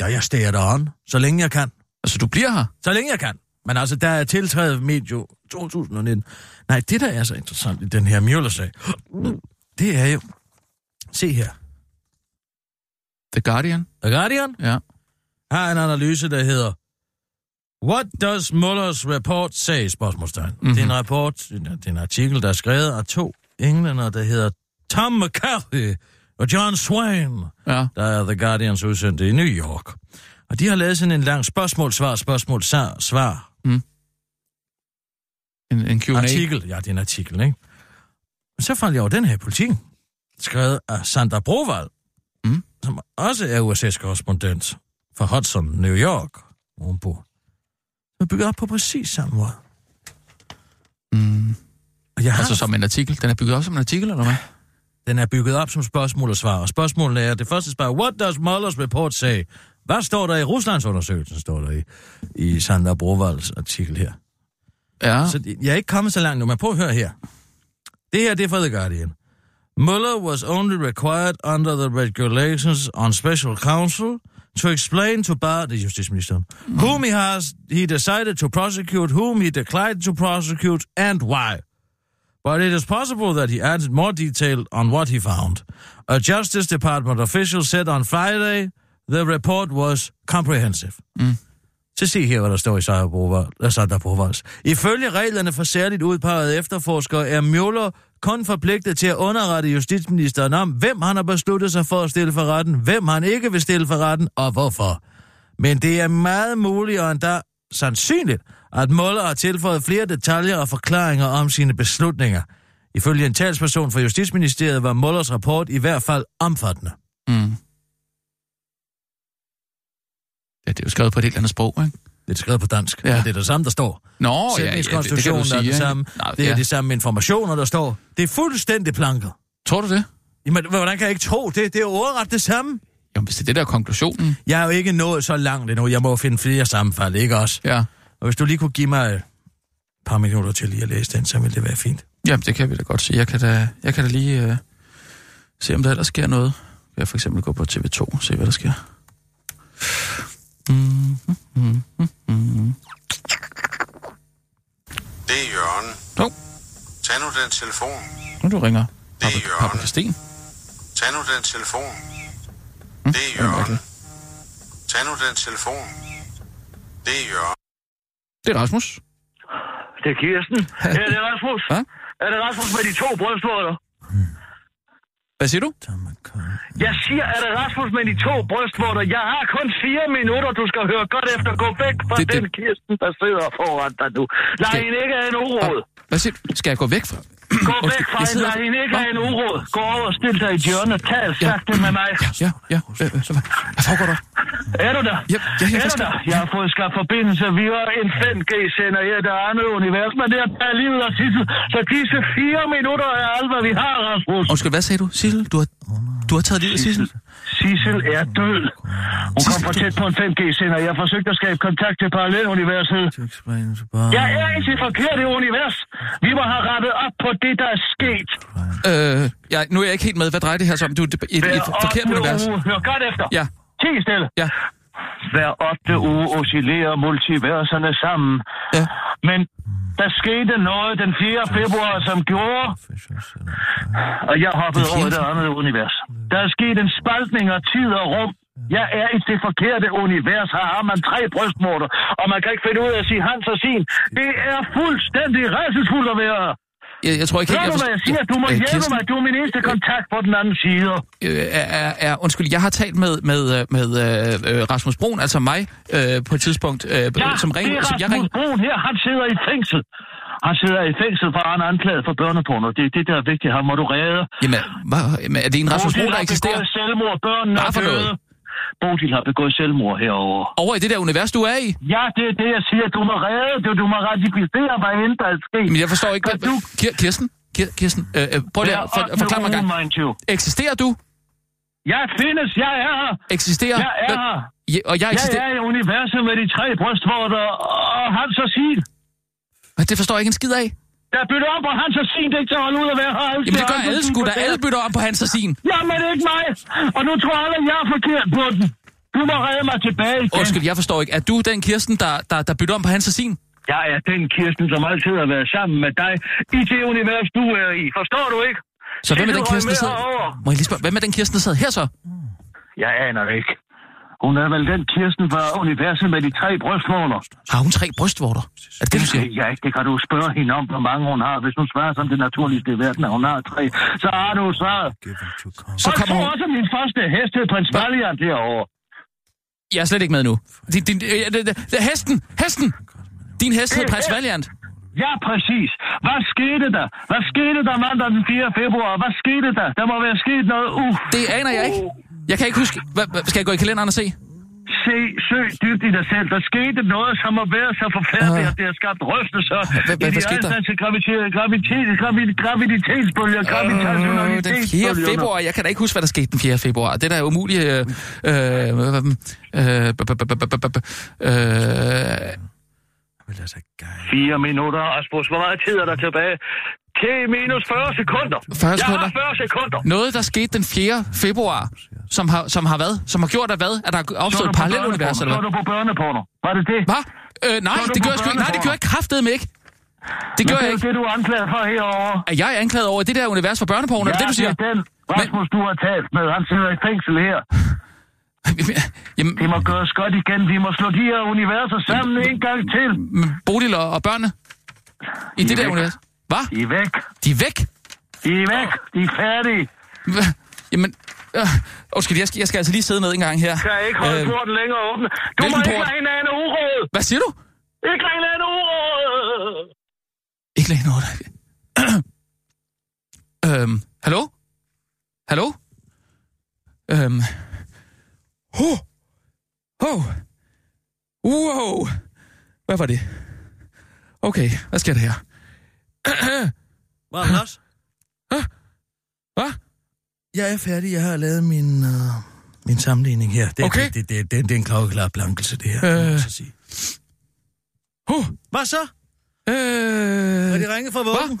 Speaker 3: Ja, jeg stærer dig on, så længe jeg kan.
Speaker 2: Altså, du bliver her.
Speaker 3: Så længe jeg kan. Men altså, der er tiltrædet medio 2019. Nej, det der er så interessant i den her Mjøller-sag, *gasps* det er jo... Se her.
Speaker 2: The Guardian.
Speaker 3: The Guardian
Speaker 2: Ja.
Speaker 3: har en analyse, der hedder... What does Mullers report say? Spørgsmålstegn. Mm-hmm. Det er en rapport, det er en artikel, der er skrevet af to englænder, der hedder Tom McCarthy og John Swain.
Speaker 2: Ja.
Speaker 3: der er The Guardians udsendte i New York. Og de har lavet sådan en lang spørgsmål-svar, spørgsmål-svar
Speaker 2: En, en Q&A.
Speaker 3: artikel. Ja, det er en artikel, ikke? Men så fandt jeg over den her politik, skrevet af Sandra Brovald,
Speaker 2: Mm.
Speaker 3: som også er USA's korrespondent for Hudson, New York, hvor hun bor. Så bygget op på præcis samme måde.
Speaker 2: Mm.
Speaker 3: Og jeg har
Speaker 2: Altså, som en artikel. Den er bygget op som en artikel, eller hvad?
Speaker 3: Den er bygget op som spørgsmål og svar, og spørgsmålene er, det første spørgsmål, what does Mueller's report say? Hvad står der i Ruslands undersøgelsen, står der i, i Sandra Brovalds artikel her.
Speaker 2: Ja.
Speaker 3: Så det- jeg er ikke kommet så langt nu, men prøv at høre her. Det her, det er fra The Guardian. Mueller was only required under the regulations on special counsel to explain to Barr, det er justitsministeren, whom he has, he decided to prosecute, whom he declined to prosecute, and why. But it is possible that he added more detail on what he found. A Justice Department official said on Friday, the report was comprehensive. Så se her, hvad der står i Sandra Broval- øh, Sandra Brovals. Ifølge reglerne for særligt udpegede efterforskere er Møller kun forpligtet til at underrette justitsministeren om, hvem han har besluttet sig for at stille for retten, hvem han ikke vil stille for retten og hvorfor. Men det er meget muligt og endda sandsynligt, at Møller har tilføjet flere detaljer og forklaringer om sine beslutninger. Ifølge en talsperson fra Justitsministeriet var Møllers rapport i hvert fald omfattende.
Speaker 2: Mm. Ja, det er jo skrevet på et helt andet sprog, ikke?
Speaker 3: Det er skrevet på dansk,
Speaker 2: Ja.
Speaker 3: ja. det er det samme, der står.
Speaker 2: Nå, ja, ja, det, det kan du
Speaker 3: Sætningskonstruktionen
Speaker 2: sige.
Speaker 3: er den
Speaker 2: ikke?
Speaker 3: samme.
Speaker 2: Nå,
Speaker 3: Det er
Speaker 2: ja.
Speaker 3: de samme informationer, der står. Det er fuldstændig planket.
Speaker 2: Tror du det?
Speaker 3: Jamen, hvordan kan jeg ikke tro det? Det er jo ordret det samme.
Speaker 2: Jamen, hvis det er det, der er konklusionen.
Speaker 3: Jeg er jo ikke nået så langt endnu. Jeg må finde flere sammenfald, ikke også?
Speaker 2: Ja.
Speaker 3: Og hvis du lige kunne give mig et par minutter til lige at læse den, så ville det være fint.
Speaker 2: Jamen, det kan vi da godt se. Jeg kan da, jeg kan da lige øh, se, om der ellers sker noget. Jeg kan for eksempel gå på TV2 og se, hvad der sker.
Speaker 6: Det er Jørgen.
Speaker 2: Nå,
Speaker 6: Tag nu den telefon.
Speaker 2: nu du ringer.
Speaker 6: Det er
Speaker 2: Papa,
Speaker 6: Jørgen.
Speaker 2: Papa Kasten.
Speaker 6: Tag nu den telefon. Det er Jørgen. Tag nu den telefon. Det er Jørgen.
Speaker 2: Det er Rasmus.
Speaker 7: Det er Kirsten. Ja, det er Rasmus.
Speaker 2: Hva?
Speaker 7: Er det Rasmus med de to brystvorter?
Speaker 2: Hvad siger du?
Speaker 7: Jeg siger, er det Rasmus med de to brystvorter? Jeg har kun fire minutter, du skal høre godt efter. Gå væk fra
Speaker 2: Det-
Speaker 7: det,
Speaker 2: det-
Speaker 7: den Kirsten, der sidder foran dig nu. Lad
Speaker 2: Det-
Speaker 7: hende ikke have en uråd.
Speaker 2: Hvad siger du? Skal jeg gå væk fra?
Speaker 7: Gå
Speaker 2: Undskyld,
Speaker 7: væk fra
Speaker 2: jeg
Speaker 7: hende,
Speaker 2: sidder-
Speaker 7: lad hende ikke
Speaker 2: Hva?
Speaker 7: have en uråd. Gå over og stil dig i et hjørne. Tal sagt det med mig.
Speaker 2: Ja, ja. Hvad, hvad, hvad, hvad foregår der?
Speaker 7: Er du der?
Speaker 2: Yep, ja, jeg
Speaker 7: er du
Speaker 2: forstår.
Speaker 7: der? Jeg har fået skabt forbindelse via en 5G-sender her, der er andet univers, men det er der er livet og Sissel. Så disse fire minutter er alt, hvad vi har, Rasmus.
Speaker 2: Undskyld, hvad sagde du? Sissel, du har, du har taget livet af Sissel?
Speaker 7: Sissel er død. Hun kom
Speaker 2: Sissel
Speaker 7: for
Speaker 2: død.
Speaker 7: tæt på en 5G-sender. Jeg forsøgte at skabe kontakt til paralleluniverset. Jeg er i det forkerte univers. Vi må have rettet op på det, der er sket.
Speaker 2: Øh, ja, nu er jeg ikke helt med. Hvad drejer det her sig om? Du er et, et, et
Speaker 7: Hver
Speaker 2: forkert
Speaker 7: ottende
Speaker 2: univers.
Speaker 7: uge- Hør godt efter.
Speaker 2: Ja,
Speaker 7: Ti stille.
Speaker 2: ja.
Speaker 7: Hver 8. uge oscillerer multiverserne sammen.
Speaker 2: Ja.
Speaker 7: Men der skete noget den 4. februar, som gjorde, og jeg hoppede
Speaker 2: Den
Speaker 7: over
Speaker 2: fjerde?
Speaker 7: det andet univers. Der er sket en spaltning af tid og rum. Jeg er i det forkerte univers. Her har man tre brystmorter, og man kan ikke finde ud af at sige hans og sin. Det er fuldstændig rædselsfuldt at være.
Speaker 2: Jeg, jeg tror ikke helt,
Speaker 7: Hør du, hvad jeg siger? Du må
Speaker 2: Øh,
Speaker 7: hjælpe
Speaker 2: Kirsten,
Speaker 7: mig. Du er min eneste kontakt på den anden side.
Speaker 2: øh, er, er, er, undskyld, jeg har talt med, med, øh, med øh, øh, Rasmus Brun, altså mig, øh, på et tidspunkt, øh,
Speaker 7: Ja,
Speaker 2: som
Speaker 7: det
Speaker 2: ringede.
Speaker 7: er
Speaker 2: som jeg
Speaker 7: Rasmus
Speaker 2: ringede.
Speaker 7: Brun her. Han sidder i fængsel. Han sidder i fængsel, for han er anklaget for børneporno. Det er det, der er vigtigt. Han må du redde.
Speaker 2: Jamen, hvad, men er det en Rasmus
Speaker 7: Bodil
Speaker 2: Brun, der
Speaker 7: har
Speaker 2: eksisterer?
Speaker 7: begået selvmord. Børnene
Speaker 2: Hvad
Speaker 7: er
Speaker 2: for noget?
Speaker 7: døde. Bodil har begået selvmord herover.
Speaker 2: Over i det der univers, du er i?
Speaker 7: Ja, det er det, jeg siger. Du må redde det. Du må ratificere, hvad end der er sket.
Speaker 2: Jamen, jeg forstår ikke,
Speaker 7: Kan
Speaker 2: hvad...
Speaker 7: du-
Speaker 2: Kir- Kirsten? Kir- Kirsten, øh, øh, prøv lige
Speaker 7: Hver
Speaker 2: at for,
Speaker 7: ottende
Speaker 2: forklare mig en gang.
Speaker 7: uge, mind you.
Speaker 2: Eksisterer du?
Speaker 7: Jeg findes. Jeg er her.
Speaker 2: Eksisterer?
Speaker 7: Jeg er
Speaker 2: Hvad-
Speaker 7: her.
Speaker 2: Ja, og jeg
Speaker 7: Jeg
Speaker 2: eksisterer?
Speaker 7: er i universet med de tre brystvorter og Hans og Sin.
Speaker 2: Men Det forstår jeg ikke en skid af.
Speaker 7: Der er byttet om på Hans og Sin. Det er ikke til at holde ud at være her.
Speaker 2: Jamen, det gør alle sgu da. Alle bytter om på hans og sin.
Speaker 7: Jamen, det er ikke mig. Og nu tror alle, at jeg er forkert på den. Du må redde mig tilbage igen.
Speaker 2: Undskyld, jeg forstår ikke. Er du den Kirsten, der, der, der bytter om på hans og sin?
Speaker 7: Jeg er den Kirsten, som altid har været sammen med dig i det univers, du er i. Forstår du ikke?
Speaker 2: Så hvem er den
Speaker 7: Sissel røg
Speaker 2: Kirsten, der
Speaker 7: med
Speaker 2: sad...
Speaker 7: herover.
Speaker 2: Må jeg lige spørge, hvem er den Kirsten, der sad her så?
Speaker 7: Jeg aner det ikke. Hun er vel den Kirsten fra universet med de tre brystvorter.
Speaker 2: Har hun tre brystvorter? Er det det, du siger?
Speaker 7: Ja, det kan du spørge hende om, hvor mange hun har. Hvis hun svarer som det naturligste i verden, at hun har tre, så har du svaret.
Speaker 2: Så
Speaker 7: Og
Speaker 2: kommer
Speaker 7: så
Speaker 2: hun...
Speaker 7: også min første hest hed prins Valiant herovre.
Speaker 2: Jeg er slet ikke med nu. Din, din, øh, det, det, det, hesten! Hesten! Din hest hed
Speaker 7: Det er
Speaker 2: Prins
Speaker 7: hest.
Speaker 2: Valiant.
Speaker 7: Ja, præcis. Hvad skete der? Hvad skete der mandag den 4. februar? Hvad skete der? Der må være sket noget. Uff.
Speaker 2: Det aner jeg ikke. Jeg kan ikke huske... Hva, hva, skal jeg gå i kalenderen og se?
Speaker 7: se, søg dybt i dig selv. Der skete noget, som har været så forfærdeligt,
Speaker 2: Ah.
Speaker 7: at det har skabt rystelser
Speaker 2: Hvad-
Speaker 7: i
Speaker 2: hvad-
Speaker 7: de
Speaker 2: hvad skete der?
Speaker 7: ansatte graviditet, graviditet, gravid, graviditetsbølger,
Speaker 2: Øh,
Speaker 7: graviditetsbølger.
Speaker 2: den 4. februar. Jeg kan da ikke huske, hvad der skete den 4. februar. Det der er umuligt. Øh, øh, øh, øh, b- b- b- b- b- b- øh,
Speaker 3: Men lad os da gøre-
Speaker 7: Fire minutter, Asbos. Hvor meget tid er der tilbage? T minus 40 sekunder.
Speaker 2: 40
Speaker 7: Jeg
Speaker 2: sekunder.
Speaker 7: har 40 sekunder.
Speaker 2: Noget, der skete den 4. februar, som har, som har hvad? Som har gjort, at hvad? At der er
Speaker 7: Så
Speaker 2: opstået et
Speaker 7: er du på
Speaker 2: parallelt univers, eller
Speaker 7: børneporno. Så er
Speaker 2: hvad?
Speaker 7: du på børneporno. Var det det?
Speaker 2: Hvad? Øh, nej,
Speaker 7: Så er du
Speaker 2: det
Speaker 7: på
Speaker 2: gør jeg sgu ikke. Nej, det gør jeg kraftedeme ikke. Det
Speaker 7: Men
Speaker 2: gør jeg
Speaker 7: det er jo
Speaker 2: ikke.
Speaker 7: det, du er anklaget for herovre.
Speaker 2: Er jeg anklaget over det der univers for børneporno? Ja, er det det, du siger?
Speaker 7: Ja, den Rasmus, du har talt med. Han sidder i fængsel her.
Speaker 2: *laughs* Jamen,
Speaker 7: Det må gøres godt igen. Vi må slå de her universer sammen en gang til.
Speaker 2: Bodil og, og børnene? I det der
Speaker 7: væk.
Speaker 2: univers? Hvad?
Speaker 7: De er væk.
Speaker 2: De er væk?
Speaker 7: De er væk. De er færdige.
Speaker 2: Hva? Jamen, øh, undskyld, jeg skal, jeg skal altså lige sidde ned en gang her.
Speaker 7: Kan jeg ikke holde
Speaker 2: Øh,
Speaker 7: porten længere åbne? Du må
Speaker 2: hvilken
Speaker 7: ikke
Speaker 2: port?
Speaker 7: lade hende af en uråd.
Speaker 2: Hvad siger du?
Speaker 7: Ikke lade hende af en uråd.
Speaker 2: Ikke lagde noget der. *clears throat* øhm, hallo? Hallo? Øhm. Ho! Ho! Wow! Hvad var det? Okay, hvad sker der her?
Speaker 3: Hvad, Lars?
Speaker 2: Hvad?
Speaker 3: Jeg er færdig. Jeg har lavet min, uh, min sammenligning her. Det er,
Speaker 2: Okay.
Speaker 3: det, det, det, det, det er en klokkeklar blankelse, det her.
Speaker 2: Øh.
Speaker 3: Øh. Så sige.
Speaker 2: Ho!
Speaker 3: Hvad så? Har
Speaker 2: Øh,
Speaker 3: de ringet fra
Speaker 2: vuggen? Øh,
Speaker 3: vuggen?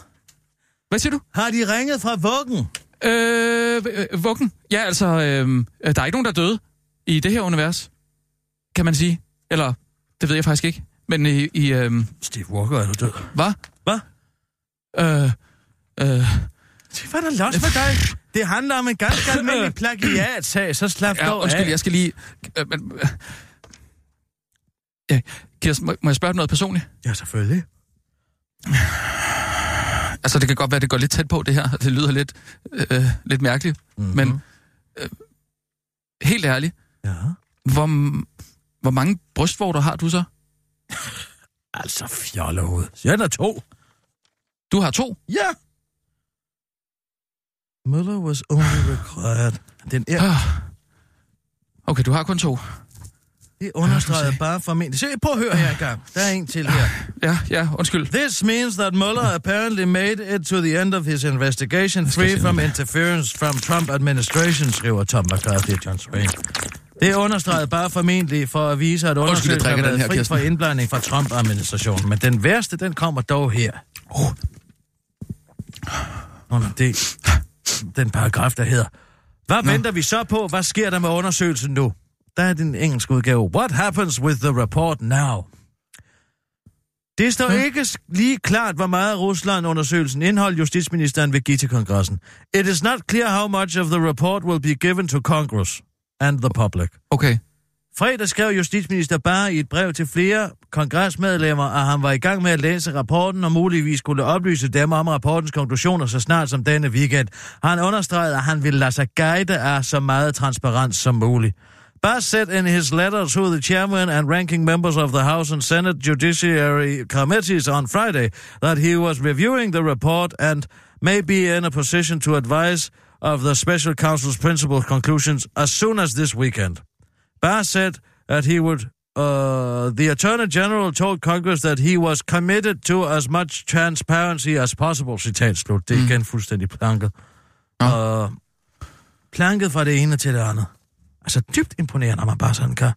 Speaker 2: hvad siger du?
Speaker 3: Har de ringet fra vuggen?
Speaker 2: Øh, øh, vuggen. Ja, altså, øh, der er ikke nogen, der er døde i det her univers, kan man sige. Eller, det ved jeg faktisk ikke. Men i, i øh,
Speaker 3: Steve Walker er du død.
Speaker 2: hvad?
Speaker 3: Hvad?
Speaker 2: Øh, øh,
Speaker 3: Hvad er der los med dig? Det handler om en ganske almindelig plagiat-sag, så slap
Speaker 2: ja,
Speaker 3: dog
Speaker 2: undskyld,
Speaker 3: af.
Speaker 2: jeg skal lige... Øh, men, øh, ja, Kirsten, må, må jeg spørge dig noget personligt?
Speaker 3: Ja, selvfølgelig.
Speaker 2: Altså, det kan godt være, det går lidt tæt på, det her. Det lyder lidt, øh, lidt mærkeligt. Mm-hmm. Men øh, helt ærligt,
Speaker 3: Ja.
Speaker 2: hvor, m- hvor mange brystvorter har du så?
Speaker 3: Altså, fjollehoved. Jeg er der to.
Speaker 2: Du har to.
Speaker 3: Ja. Møller was only required. Den er,
Speaker 2: Ah. Okay, du har kun to.
Speaker 3: det
Speaker 2: Ja,
Speaker 3: understreger
Speaker 2: du
Speaker 3: bare formentlig. Se, prøv at høre her engang. Der er en til her.
Speaker 2: Ja, ja, undskyld.
Speaker 3: This means that Mueller apparently made it to the end of his investigation,
Speaker 2: jeg
Speaker 3: free
Speaker 2: se
Speaker 3: from interference from Trump administration, skriver Tom McCarthy og John Swain. Det understregede bare formentlig for at vise, at undersøgelsen har
Speaker 2: drikker den
Speaker 3: været
Speaker 2: her,
Speaker 3: fri
Speaker 2: Kirsten.
Speaker 3: for indblanding fra Trump-administrationen. Men den værste, den kommer dog her. Under det, den paragraf, der hedder, hvad Nå. venter vi så på? Hvad sker der med undersøgelsen nu? Der er den engelske udgave. What happens with the report now? Det står ja. ikke s- lige klart, hvor meget Rusland-undersøgelsen indhold justitsministeren vil give til kongressen. It is not clear how much of the report will be given to Congress and the public.
Speaker 2: Okay.
Speaker 3: Fredag skrev justitsminister bare i et brev til flere kongresmedlemmer, at han var i gang med at læse rapporten og muligvis skulle oplyse dem om rapportens konklusioner så snart som denne weekend. Han understregede, at han ville lade sig guide af så meget transparens som muligt. Barr said in his letter to the chairman and ranking members of the House and Senate Judiciary Committees on Friday that he was reviewing the report and may be in a position to advise of the special counsel's principal conclusions as soon as this weekend. Barr said that he would. Uh, the Attorney General told Congress that he was committed to as much transparency as possible. Citat slut. Det er igen fuldstændig planket. Ja. Uh, planket fra det ene til det andet. Altså dybt imponerende, at man bare sådan kan.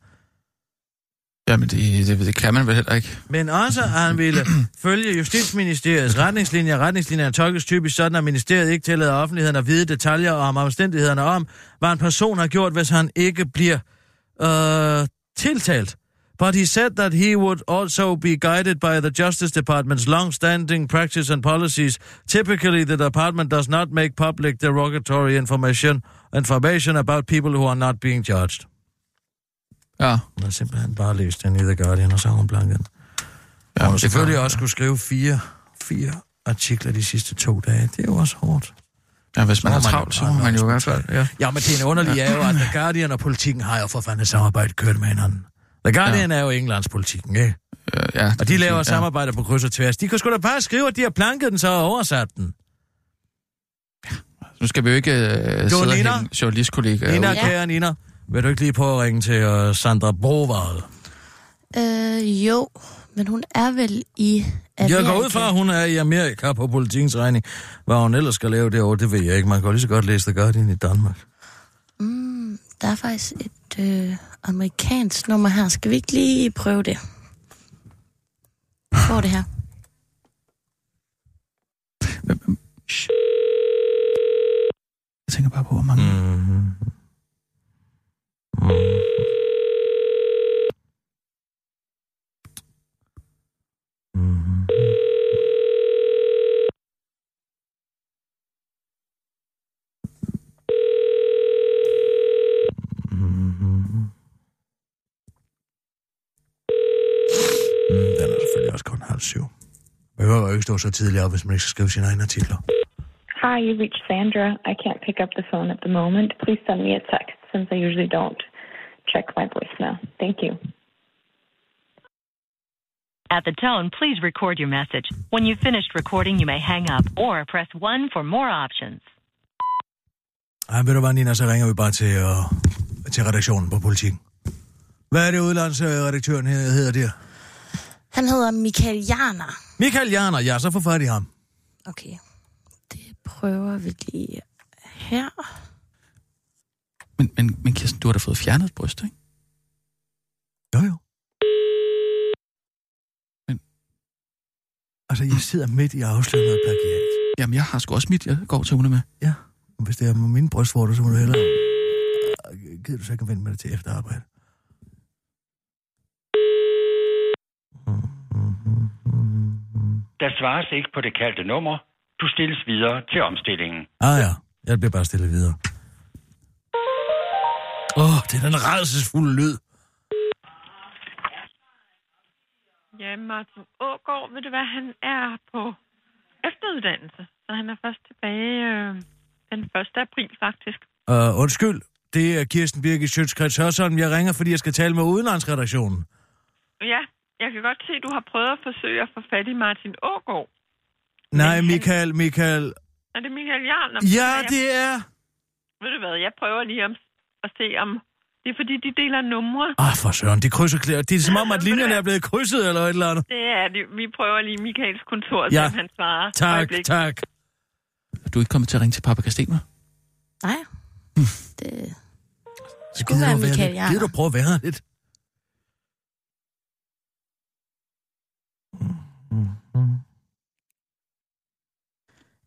Speaker 2: Jamen, det, det, det kan man vel heller ikke.
Speaker 3: Men også, at han ville følge Justitsministeriets retningslinjer. Retningslinjerne tolkes typisk sådan, at ministeriet ikke tillader offentligheden at vide detaljer om omstændighederne om, hvad en person har gjort, hvis han ikke bliver øh, tiltalt. But he said that he would also be guided by the Justice Department's long-standing practice and policies. Typically, the department does not make public derogatory information, information about people who are not being judged.
Speaker 2: Ja.
Speaker 3: Hun har simpelthen bare læst den i The Guardian, og så har hun blanket den. Ja, hun har
Speaker 2: det
Speaker 3: selvfølgelig
Speaker 2: gør
Speaker 3: også kunne skrive fire, fire artikler de sidste to dage. Det er jo også hårdt.
Speaker 2: ja hvis man
Speaker 3: Nå,
Speaker 2: har
Speaker 3: man-
Speaker 2: travlt, så
Speaker 3: man-
Speaker 2: må man jo i
Speaker 3: man-
Speaker 2: hvert fald... Ja.
Speaker 3: Ja, men det er en underlig er jo, at The Guardian og politikken har jo for fanden samarbejde kørt med hinanden. The Guardian ja. er jo Englands politikken, ikke?
Speaker 2: Øh, ja det
Speaker 3: Og
Speaker 2: kan
Speaker 3: de
Speaker 2: man
Speaker 3: laver
Speaker 2: sige, ja.
Speaker 3: samarbejder på kryds og tværs. De kunne sgu da bare skrive, at de har planket den så og oversat den.
Speaker 2: Nu skal vi jo ikke øh, sidde og
Speaker 3: Nina.
Speaker 2: hænge journalistkollegaer
Speaker 3: Nina,
Speaker 2: ud.
Speaker 3: kære Nina. Vil du ikke lige prøve at ringe til øh, Sandra Brovald?
Speaker 8: Øh, jo, men hun er vel i Amerika.
Speaker 3: Jeg går ud fra, at hun er i Amerika på politikens regning. Hvad hun ellers skal lave derovre, det ved jeg ikke. Man kan jo lige så godt læse The Guardian i Danmark.
Speaker 8: Mm, der er faktisk et øh, amerikansk nummer her. Skal vi ikke lige prøve det? Hvor er det her?
Speaker 2: Jeg tænker bare på, hvor mange... Mm.
Speaker 3: Mm, den er selvfølgelig også kun halv syv. Behøver jo ikke stå så tidligt op, hvis man ikke skal skrive sine egne artikler.
Speaker 7: Hi, you've reached Sandra. I can't pick up the phone at the moment. Please send me a text since I usually don't check my voicemail. Thank you.
Speaker 9: At the tone, please record your message. When you've finished recording, you may hang up or press 1 for more options.
Speaker 3: Ej, ved du hvad, Nina, så ringer vi bare til, øh, til redaktionen på Politiken. Hvad er det, udlandsredaktøren her hedder der?
Speaker 8: Han hedder Michael Jarner.
Speaker 3: Michael Jarner, ja, så får fat i ham.
Speaker 8: Okay, det prøver vi lige her.
Speaker 2: Men, men, men Kirsten, du har da fået fjernet et bryst, ikke?
Speaker 3: Jo, jo.
Speaker 2: Men-
Speaker 3: Altså, jeg sidder midt i afsløringen af plagiat.
Speaker 2: Jamen, jeg har sgu også mit, jeg går til Ulla med.
Speaker 3: Ja, og hvis det er mine brystvorter, så må du hellere... Øh, Gider du så ikke at vente med det til efterarbejde?
Speaker 10: Der svares ikke på det kaldte nummer. Du stilles videre til omstillingen.
Speaker 3: Ah ja, jeg bliver bare stillet videre. Åh, oh, det er den redselsfulde lyd.
Speaker 7: Ja, Martin Ågaard, ved du hvad, han er på efteruddannelse, så han er først tilbage øh, den 1. april faktisk.
Speaker 3: Uh, undskyld, det er Kirsten Birgit Sjøtskrets Hørsholm. Jeg ringer, fordi jeg skal tale med udenlandsredaktionen.
Speaker 7: Ja, jeg kan godt se, at du har prøvet at forsøge at få fat i Martin Ågaard.
Speaker 3: Nej,
Speaker 7: han-
Speaker 3: Michael, Michael.
Speaker 7: Er det Michael Jarner?
Speaker 3: Ja,
Speaker 7: jeg,
Speaker 3: det er...
Speaker 7: Ved du hvad, jeg prøver lige om, at se om... Det er fordi, de deler numre.
Speaker 3: Ah, for søren, det krydser klæder. Det er som om, at linjerne er blevet krydset eller et eller andet.
Speaker 7: Det er det. Vi prøver lige Michaels kontor,
Speaker 3: Ja.
Speaker 7: ja. som han svarer.
Speaker 3: Tak,
Speaker 7: Øjeblik.
Speaker 3: tak.
Speaker 2: Er Du er ikke kommet til at ringe til Papa Kastemer?
Speaker 8: Nej. Det,
Speaker 3: Det
Speaker 8: skulle være Michael Jarner.
Speaker 3: Gider du prøve at være lidt?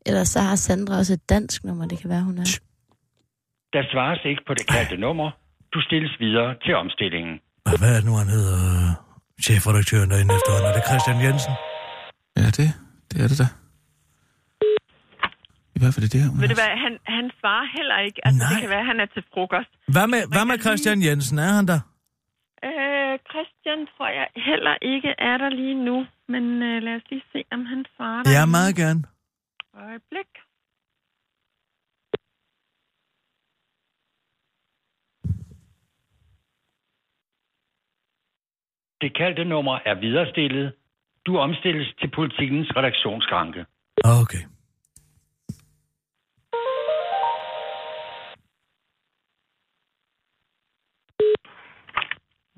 Speaker 8: ellers så har Sandra også et dansk nummer, det kan være, hun er.
Speaker 10: Der svares ikke på det kaldte nummer. Du stilles videre til omstillingen.
Speaker 3: Hvad- Hvad er det nu, han hedder? øh, Chefredaktøren derinde efterhånden. Er det Christian Jensen?
Speaker 2: Ja, det, det er det da. I hvert fald det der,
Speaker 7: Ved
Speaker 2: Ulla.
Speaker 7: du hvad, han, han svarer heller ikke. Altså, det
Speaker 3: Nej.
Speaker 7: kan være, at han er til frokost.
Speaker 3: Hvad med, hvad med Christian Jensen? Er han der?
Speaker 7: Øh, Christian tror jeg heller ikke er der lige nu. Men øh, lad os lige se, om han svarer dig.
Speaker 3: Ja, meget gerne.
Speaker 7: Øjeblik.
Speaker 10: Det kaldte nummer er viderestillet. Du omstilles til politikens redaktionsskranke.
Speaker 3: Ah, Okay.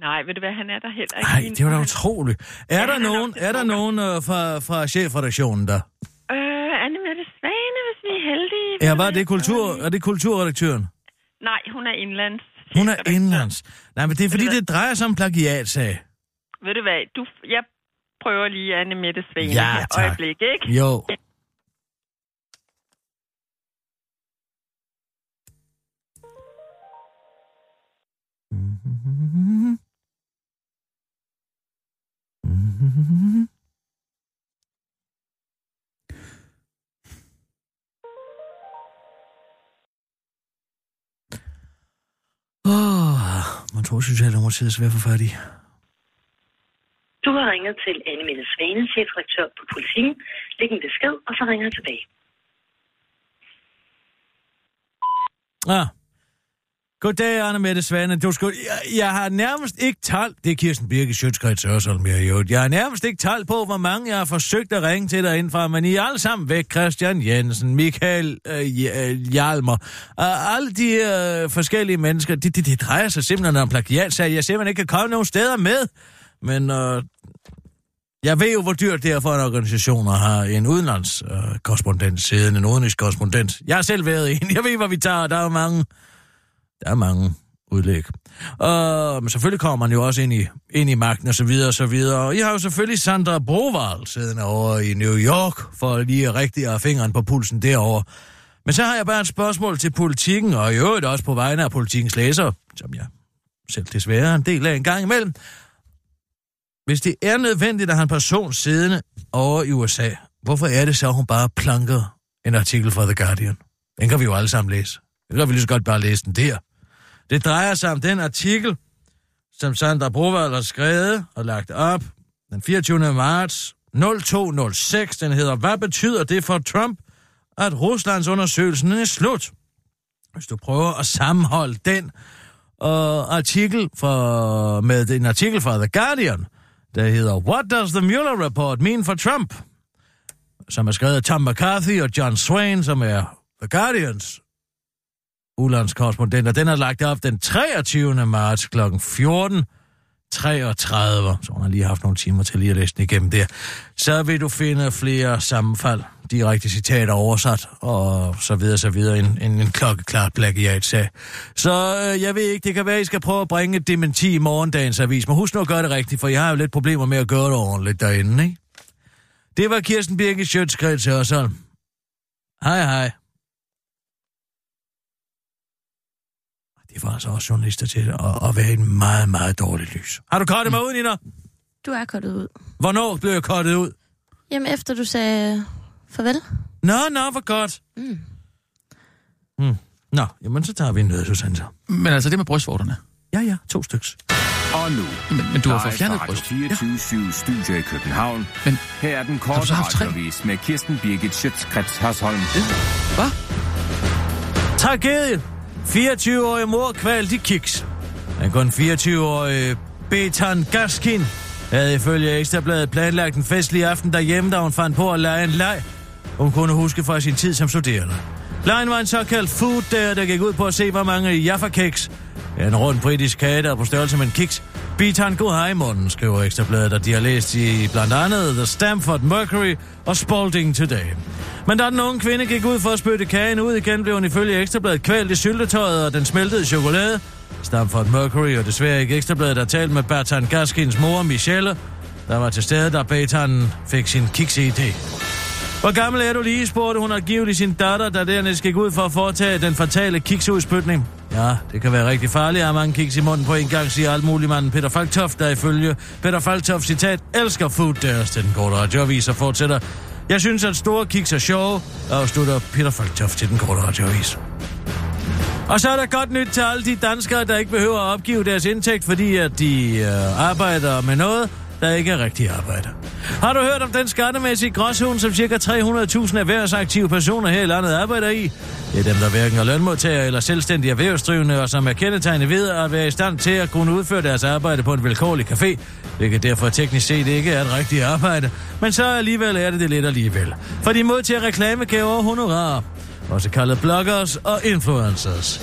Speaker 7: Nej, ved du hvad, han er der heller ikke
Speaker 3: Nej,
Speaker 7: lige nu.
Speaker 3: det var da
Speaker 7: Han-
Speaker 3: utroligt. Er der
Speaker 7: han er
Speaker 3: nogen,
Speaker 7: nok til
Speaker 3: er der
Speaker 7: frokost.
Speaker 3: nogen øh, fra, fra chefredaktionen der?
Speaker 7: Øh, Anne Mette Svane, hvis vi er heldige. Ved
Speaker 3: Ja,
Speaker 7: du
Speaker 3: var
Speaker 7: hvad,
Speaker 3: det
Speaker 7: jeg prøver
Speaker 3: kultur,
Speaker 7: lige.
Speaker 3: er det kulturredaktøren?
Speaker 7: Nej, hun er indlands.
Speaker 3: Hun er indlands. Nej, men det er fordi, det drejer sig om plagiatsag.
Speaker 7: Ved du hvad, du, jeg prøver lige Anne Mette Svane.
Speaker 3: Ja,
Speaker 7: her.
Speaker 3: tak.
Speaker 7: Øjeblik, ikke?
Speaker 3: Jo. Åh, man tror, Socialdemokratiet er svært at få fat i.
Speaker 9: Du har ringet til Anne Mette Svane, chefredaktør på Politiken. Læg en besked, og så ringer jeg tilbage.
Speaker 3: Ah. Goddag, Anne Mette Svane. Du skulle... jeg, jeg, har nærmest ikke tal... Det er Kirsten Birke, Sjøtskrets Ørsholm, jeg i øvrigt. Jeg har nærmest ikke tal på, hvor mange jeg har forsøgt at ringe til dig indfra, men I er alle sammen væk. Christian Jensen, Michael øh, J- øh, Hjalmer. Og alle de øh, forskellige mennesker, det de, de drejer sig simpelthen om plagiatsag. Jeg simpelthen ikke kan komme nogen steder med. Men øh, jeg ved jo, hvor dyrt det er for en organisation at have en udenlandskorrespondent øh, siden en udenrigskorrespondent. Jeg har selv været en. *laughs* Jeg ved, hvor vi tager, og der er jo mange... Der er mange udlæg. Og men selvfølgelig kommer man jo også ind i, ind i magten og så videre og så videre. Og I har jo selvfølgelig Sandra Brovald siddende over i New York, for lige at rigtig have fingeren på pulsen derovre. Men så har jeg bare et spørgsmål til politikken, og i øvrigt også på vegne af politikens læser, som jeg selv desværre er en del af en gang imellem. Hvis det er nødvendigt at have en person siddende over i USA, hvorfor er det så, at hun bare planker en artikel fra The Guardian? Den kan vi jo alle sammen læse. Den kan vi lige så godt bare læse den der. Det drejer sig om den artikel, som Sandra Brovald har skrevet og lagt op den 24. marts 0206. Den hedder, hvad betyder det for Trump, at Ruslands undersøgelsen er slut? Hvis du prøver at sammenholde den og artikel fra, med en artikel fra The Guardian, der hedder What does the Mueller report mean for Trump? Som er skrevet af Tom McCarthy og John Swain, som er The Guardians ulandskorrespondent, og den er lagt op den 23. marts kl. 14. 33, så hun har lige haft nogle timer til lige at læse den igennem der. Så vil du finde flere sammenfald, direkte citater oversat, og så videre, så videre, en, en, en klokkeklart plagiat sag. Så øh, jeg ved ikke, det kan være, I skal prøve at bringe et dementi i morgendagens avis, men husk nu at gøre det rigtigt, for jeg har jo lidt problemer med at gøre det ordentligt derinde, ikke? Det var Kirsten Birke Sjøtskreds Hørsholm. Hej, hej. Det var altså også journalister til at, at være en meget, meget dårligt lys. Har du kortet mig ud, Nina?
Speaker 8: Du er kortet ud.
Speaker 3: Hvornår blev jeg kortet ud?
Speaker 8: Jamen, efter du sagde farvel.
Speaker 3: Nå, nå, hvor godt.
Speaker 8: Mm.
Speaker 3: Mm. Nå, jamen så tager vi en nødsudsendelse.
Speaker 2: Men altså det med brystvorterne.
Speaker 3: Ja, ja, to styks.
Speaker 4: Og nu.
Speaker 2: Men, men du har
Speaker 4: live
Speaker 2: fået fjernet
Speaker 4: fra Radio
Speaker 2: bryst.
Speaker 4: 24 ja. Studio i København.
Speaker 2: Men
Speaker 4: her er den
Speaker 2: har du så
Speaker 4: korte
Speaker 2: haft tre?
Speaker 4: radiovis med Kirsten Birgit Schøtzgrads Hasholm.
Speaker 2: Hvad?
Speaker 3: Tragedie. 24-årig mor kvalt i kiks. Den kun 24-årige Betan Gaskin havde ifølge Ekstrabladet planlagt en festlig aften derhjemme, da hun fandt på at lege en leg. Hun kunne huske fra sin tid som studerende. Lejen var en såkaldt food der, der gik ud på at se, hvor mange Jaffa Kiks. En rund britisk kage, der er på størrelse med en kiks. Beat han god hej i munden, skriver Ekstrabladet, og de har læst i blandt andet The Stamford Mercury og Spalding Today. Men da den unge kvinde gik ud for at spytte kagen ud igen, blev hun ifølge Ekstrabladet kvalt i syltetøjet og den smeltede chokolade. Stamford Mercury og desværre ikke Ekstrabladet har talt med Bertan Gaskins mor, Michelle, der var til stede, da Betan fik sin kiks-idé. Hvor gammel er du lige, spurgte hun angiveligt sin datter, der dernæst gik ud for at foretage den fatale kiksudspytning. Ja, det kan være rigtig farligt at have mange kiks i munden på en gang, siger alt muligt manden Peter Falktoft, der ifølge Peter Falktoft citat, elsker food deres til den korte radioavis og fortsætter. Jeg synes, at store kiks er sjove, afslutter Peter Falktoft til den korte radioavis. Og så er der godt nyt til alle de danskere, der ikke behøver at opgive deres indtægt, fordi at de øh, arbejder med noget, der ikke er rigtig arbejde. Har du hørt om den skattemæssige gråzone, som ca. 300.000 erhvervsaktive personer her i landet arbejder i? Det er dem, der hverken er lønmodtagere eller selvstændige erhvervsdrivende, og som er kendetegnet ved at være i stand til at kunne udføre deres arbejde på en velkårlig café, hvilket derfor teknisk set ikke er et rigtigt arbejde, men så alligevel er det det lidt alligevel. For de modtager reklamegaver og honorarer også kaldet bloggers og influencers.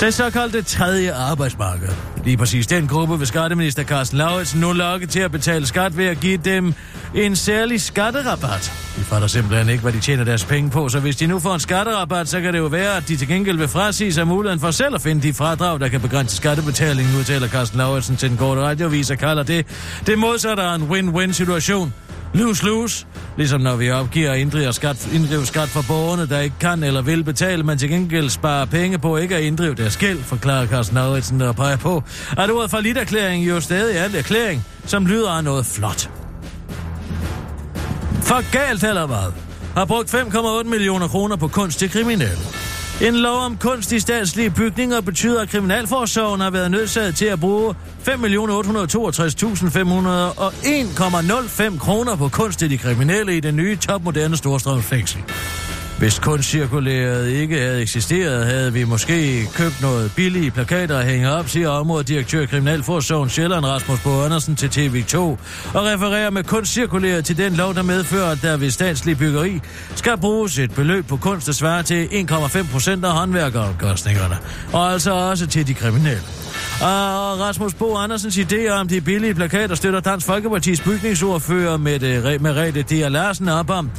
Speaker 3: Det såkaldte tredje arbejdsmarked. Lige præcis den gruppe vil skatteminister Carsten Lauritsen nu lokke til at betale skat ved at give dem en særlig skatterabat. De fatter simpelthen ikke, hvad de tjener deres penge på, så hvis de nu får en skatterabat, så kan det jo være, at de til gengæld vil frasige sig muligheden for selv at finde de fradrag, der kan begrænse skattebetalingen, udtaler Carsten Lauritsen til den korte radiovis og kalder det det modsatte af en win-win-situation. Lose, lose. Ligesom når vi opgiver og inddriver skat, inddriver skat for borgerne, der ikke kan eller vil betale, men til gengæld sparer penge på ikke at inddrive deres gæld, forklarer Carsten Lauritsen og peger på, at ordet for erklæring jo stadig er en erklæring, som lyder af noget flot. For galt eller hvad? Har brugt 5,8 millioner kroner på kunst til kriminelle. En lov om kunst i statslige bygninger betyder, at Kriminalforsorgen har været nødsaget til at bruge 5.862.501,05 kroner på kunst til de kriminelle i det nye topmoderne Storstrømsfængsel. Hvis kunstcirkulæret ikke havde eksisteret, havde vi måske købt noget billige plakater at hænge op, siger områdedirektør i Kriminalforsorgen Sjælland Rasmus Bo Andersen til TV2, og refererer med kunstcirkulæret til den lov, der medfører, at der ved statslig byggeri skal bruges et beløb på kunst, der svarer til 1,5 procent af håndværkeromkostningerne, og altså også til de kriminelle. Og Rasmus Bo Andersens idéer om de billige plakater støtter Dansk Folkepartis bygningsordfører Mette, Merete Dia Larsen op om.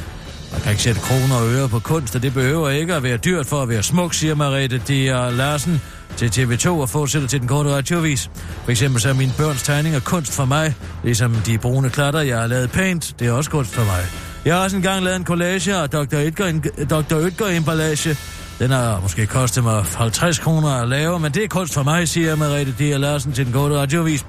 Speaker 3: Man kan ikke sætte kroner og øre på kunst, og det behøver ikke at være dyrt for at være smuk, siger Merete Dia Larsen til TV2 og fortsætter til den korte radiovis. For eksempel så er mine børns tegninger kunst for mig, ligesom de brune klatter, jeg har lavet pænt, det er også kunst for mig. Jeg har også engang lavet en collage af Dr. Edgar, Dr. Edgar emballage, den har måske kostet mig 50 kroner at lave, men det er kunst for mig, siger Merete D. Larsen til den korte radiovis.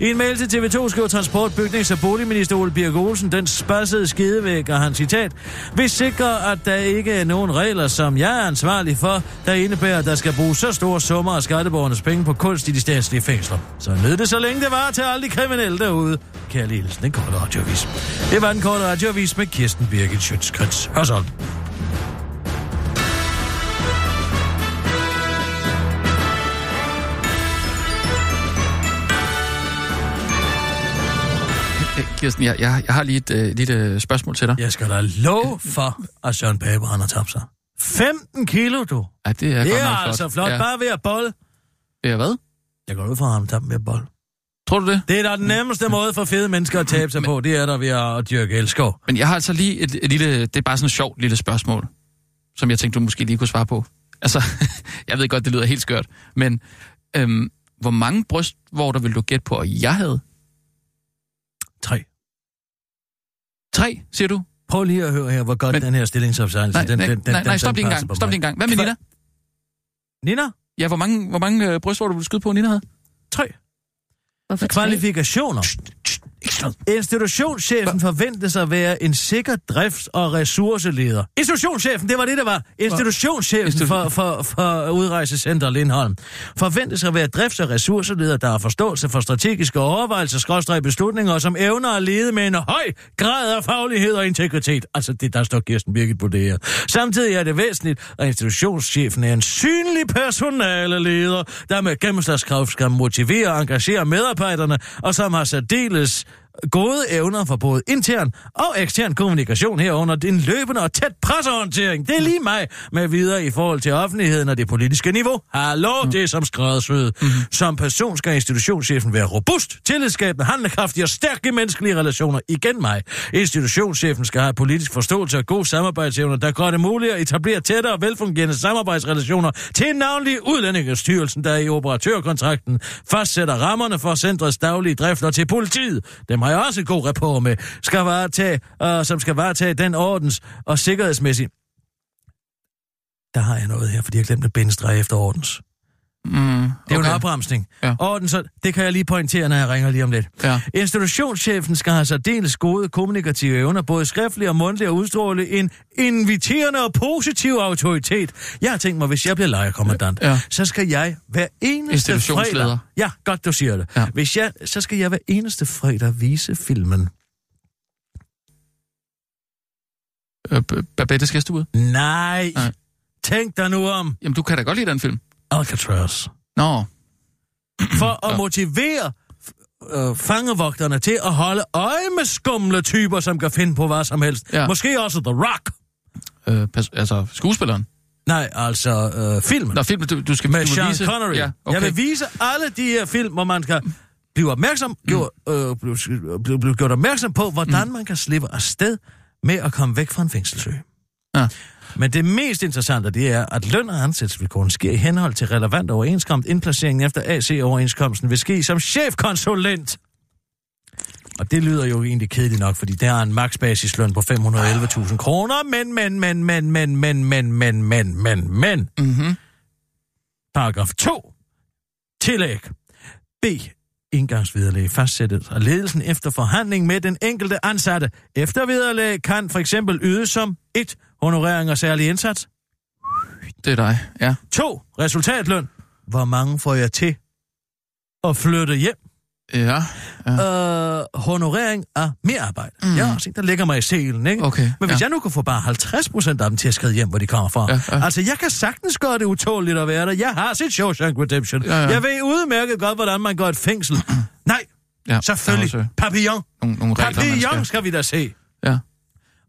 Speaker 3: I en mail til TV2 skriver transport, bygnings- og boligminister Ole Birk Olsen, den spassede skidevæg, og han citat, vil sikre, at der ikke er nogen regler, som jeg er ansvarlig for, der indebærer, at der skal bruges så store summer af skatteborgernes penge på kunst i de statslige fængsler. Så nød det så længe det var til alle de kriminelle derude. Kære Lielsen, den korte radiovis. Det var den korte radiovis med Kirsten Birgit Schøtzgrads. Hør sådan.
Speaker 2: Kirsten, jeg, jeg, jeg har lige et øh, lille øh, spørgsmål til dig.
Speaker 3: Jeg skal da
Speaker 2: Øh.
Speaker 3: love for, at Søren Pape, han har tabt sig. 15 kilo, du.
Speaker 2: Ja, det er,
Speaker 3: det
Speaker 2: godt
Speaker 3: er
Speaker 2: nok flot.
Speaker 3: altså flot.
Speaker 2: Ja.
Speaker 3: Bare ved at bolle.
Speaker 2: Det er hvad?
Speaker 3: Jeg går ud fra ham, tabt med at bolle.
Speaker 2: Tror du det?
Speaker 3: Det er da den
Speaker 2: Mm.
Speaker 3: nemmeste måde for fede mennesker at tabe sig på. Det er der ved at dyrke elskov.
Speaker 2: Men jeg har altså lige et, et lille, det er bare sådan et sjovt lille spørgsmål, som jeg tænkte, du måske lige kunne svare på. Altså, *laughs* jeg ved godt, det lyder helt skørt, men øhm, hvor mange brystvorter vil du gætte på, at jeg havde?
Speaker 3: Tre.
Speaker 2: Tre, siger du?
Speaker 3: Prøv lige at høre her, hvor godt
Speaker 2: Men-
Speaker 3: Men... den her stillingsopsejlelse...
Speaker 2: Nej,
Speaker 3: Altså, den,
Speaker 2: nej,
Speaker 3: den, den,
Speaker 2: nej, nej,
Speaker 3: den-
Speaker 2: stop
Speaker 3: den
Speaker 2: lige en
Speaker 3: passer
Speaker 2: gang,
Speaker 3: på
Speaker 2: stop
Speaker 3: mig.
Speaker 2: lige en gang. Hvad med Nina?
Speaker 3: Nina?
Speaker 2: Ja, hvor mange, hvor mange øh, brystvorter vil du skyde på, Nina havde?
Speaker 3: Tre.
Speaker 8: Hvorfor tre?
Speaker 3: Kvalifikationer. Institutionschefen forventes at være en sikker drifts- og ressourceleder. Institutionschefen, det var det, der var. Institutionschefen for, for, for Udrejsecenter Lindholm forventes at være drifts- og ressourceleder, der har forståelse for strategiske overvejelser, skråstrej beslutninger, og som evner at lede med en høj grad af faglighed og integritet. Altså det, der står Kirsten Birgit på det her. Samtidig er det væsentligt, at institutionschefen er en synlig personaleleder, der med gennemslagskraft skal motivere og engagere medarbejderne, og som har særdeles gode evner for både intern og ekstern kommunikation herunder en løbende og tæt pressehåndtering. Det er lige mig med videre i forhold til offentligheden og det politiske niveau. Hallo, det er som skræddersyet. Som person skal institutionschefen være robust, tillidsskabende, handlekraftig og stærk i menneskelige relationer. Igen mig. Institutionschefen skal have politisk forståelse og gode samarbejdsevner, der gør det muligt at etablere tættere og velfungerende samarbejdsrelationer til navnlig Udlændingestyrelsen, der i operatørkontrakten fastsætter rammerne for centrets daglige drifter til politiet. Dem har jeg også god rapport med, skal varetage, øh, som skal varetage den ordens og sikkerhedsmæssige... Der har jeg noget her, fordi jeg glemte at bindestreg efter ordens.
Speaker 2: Mm,
Speaker 3: Det er jo en
Speaker 2: okay.
Speaker 3: opremsning.
Speaker 2: Ja.
Speaker 3: Ja. Orden, så det kan jeg lige pointere, når jeg ringer lige om lidt.
Speaker 2: Ja.
Speaker 3: Institutionschefen skal have særdeles gode kommunikative evner, både skriftlige og mundtlige, og udstråle en inviterende og positiv autoritet. Jeg har tænkt mig, hvis jeg bliver lejerkommandant,
Speaker 2: Ja.
Speaker 3: ja. så skal jeg hver eneste
Speaker 2: Institutionsleder.
Speaker 3: fredag... Ja, godt, du siger det.
Speaker 2: Ja.
Speaker 3: Ja. Hvis jeg, så skal jeg hver eneste fredag vise filmen.
Speaker 2: Øh, B- Babettes gæstebud?
Speaker 3: Nej,
Speaker 2: Nej.
Speaker 3: Nej. tænk dig nu om
Speaker 2: Jamen, du kan da godt lide den film.
Speaker 3: Alcatraz.
Speaker 2: Nå,
Speaker 3: for at
Speaker 2: Ja.
Speaker 3: ja. motivere øh, fangevogterne til at holde øje med skumle typer, som kan finde på hvad som helst.
Speaker 2: Ja.
Speaker 3: Ja. Måske også The Rock.
Speaker 2: øh, pas, altså skuespilleren.
Speaker 3: Nej, altså øh, filmen.
Speaker 2: Nå, filmen, du, du skal
Speaker 3: med
Speaker 2: du vil
Speaker 3: Sean
Speaker 2: vise.
Speaker 3: Connery.
Speaker 2: Ja,
Speaker 3: Jeg
Speaker 2: okay.
Speaker 3: vil vise alle de her film, hvor man kan blive opmærksom, gjort,
Speaker 2: Mm.
Speaker 3: øh, blive, blive, blive gjort opmærksom på, hvordan mm. man kan slippe afsted med at komme væk fra en fængselsø.
Speaker 2: Ja.
Speaker 3: Men det mest interessante, det er, at løn- og ansættelsesvilkårene sker i henhold til relevant overenskomst. Indplaceringen efter AC-overenskomsten vil ske som chefkonsulent. Og det lyder jo egentlig kedeligt nok, fordi der er en maksbasisløn på 511.000 kroner, men, men, men, men, men, men, men, men, men, men, men
Speaker 2: Mm-hmm.
Speaker 3: paragraf 2, tillæg B, indgangsvederlag fastsættes og ledelsen efter forhandling med den enkelte ansatte. Eftervederlag kan for eksempel ydes som 1. Honorering og særlig indsats.
Speaker 2: Det er dig, ja.
Speaker 3: 2. Resultatløn. Hvor mange får jeg til at flytte hjem?
Speaker 2: Ja.
Speaker 3: ja. Øh, honorering af merarbejde. Mm. Jeg har også en, der lægger mig i selen, ikke?
Speaker 2: Okay,
Speaker 3: Men hvis
Speaker 2: ja.
Speaker 3: jeg nu kunne få bare 50 procent af dem til at skride hjem, hvor de kommer fra. Ja, ja. Altså, jeg kan sagtens gøre det utåligt at være der. Jeg har set Shawshank Redemption.
Speaker 2: Ja, ja.
Speaker 3: Jeg ved udmærket godt, hvordan man går et
Speaker 2: *clears throat*
Speaker 3: fængsel. Nej,
Speaker 2: Ja,
Speaker 3: selvfølgelig.
Speaker 2: der er også, øh,
Speaker 3: Papillon.
Speaker 2: Nogle, nogle regler, man
Speaker 3: Papillon
Speaker 2: skal-
Speaker 3: skal... vi da se.
Speaker 2: Ja.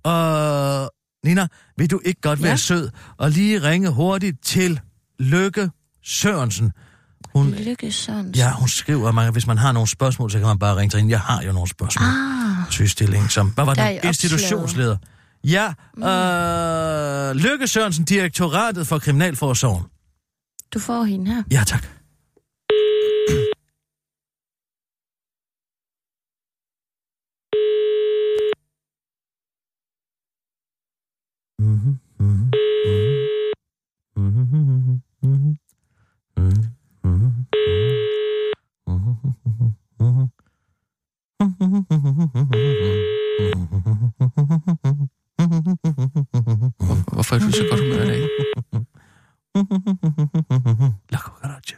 Speaker 3: Og Nina, vil du ikke godt være
Speaker 8: Ja.
Speaker 3: sød og lige ringe hurtigt til Lykke Sørensen? Hun,
Speaker 8: Lykke Sørensen.
Speaker 3: Ja, hun skriver mange. Hvis man har nogle spørgsmål, så kan man bare ringe til hende. Jeg har jo nogle spørgsmål.
Speaker 8: Ah.
Speaker 3: Sygestilling som... Hvad var
Speaker 8: Der er
Speaker 3: det?
Speaker 8: i Mm.
Speaker 3: Institutionsleder. Ja, øh, Lykke Sørensen, direktoratet for Kriminalforsorgen.
Speaker 8: Du får hende her.
Speaker 3: Ja, tak. Mhm, mhm, mhm. Mhm, mhm, mhm, mhm.
Speaker 2: Hvor- Hvorfor er du i så godt humør i dag?
Speaker 3: La cucaracha.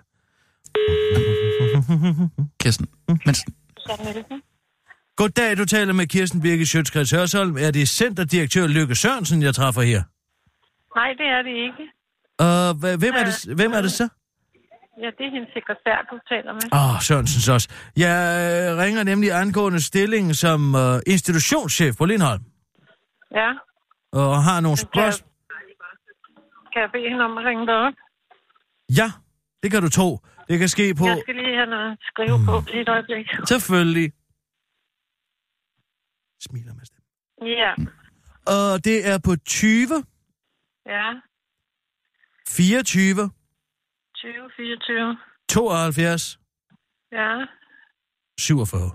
Speaker 2: Kirsten,
Speaker 3: Mhm.
Speaker 2: mens,
Speaker 3: Goddag, du taler med Kirsten Birke Sjøtskreds Hørsholm. Er det centerdirektør Lykke Sørensen, jeg træffer her?
Speaker 11: Nej, det er det ikke.
Speaker 3: Og hva- hvem er det, hvem er det så?
Speaker 11: Ja, det er hendes sekretær, du taler med.
Speaker 3: Åh, oh, Sørensens også. Jeg øh, ringer nemlig angående stillingen som øh, institutionschef på Lindholm,
Speaker 11: Ja,
Speaker 3: og har nogle
Speaker 11: kan jeg-
Speaker 3: spørgsmål.
Speaker 11: kan jeg bede hende om at ringe dig op?
Speaker 3: Ja, det kan du tro. Det kan ske på... Mm.
Speaker 11: Jeg skal lige have noget at skrive på lige et øjeblik.
Speaker 3: Selvfølgelig.
Speaker 11: Ja,
Speaker 3: Og det er på 20,
Speaker 11: ja.
Speaker 3: 24,
Speaker 11: 2024.
Speaker 3: 72,
Speaker 11: Ja,
Speaker 3: 47.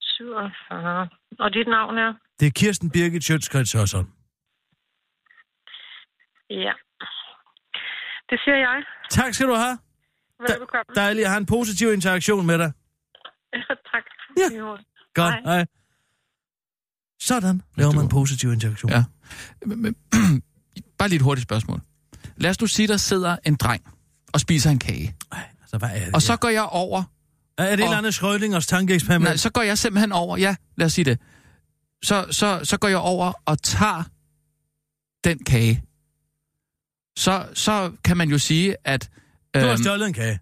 Speaker 11: 47. Og dit navn er?
Speaker 3: Det er Kirsten Birgit Sjøtskreds Hørsholm.
Speaker 11: Ja. Det siger jeg.
Speaker 3: Tak skal du have.
Speaker 11: Velbekomme.
Speaker 3: Dejligt at have en positiv interaktion med dig.
Speaker 11: *laughs* tak. Ja.
Speaker 3: Godt, hej. hej. Sådan laver man en positiv interaktion.
Speaker 2: Ja. bare lige et hurtigt spørgsmål. Lad os nu sige, der sidder en dreng og spiser en kage.
Speaker 3: Altså, hvad er det?
Speaker 2: Og så går jeg over...
Speaker 3: Er det et eller andet Schrödingers tankeeksperiment?
Speaker 2: Nej, så går jeg simpelthen over... Ja, lad os sige det. Så, så, så går jeg over og tager den kage. Så, så kan man jo sige, at...
Speaker 3: Du har
Speaker 2: øhm,
Speaker 3: stjålet en kage.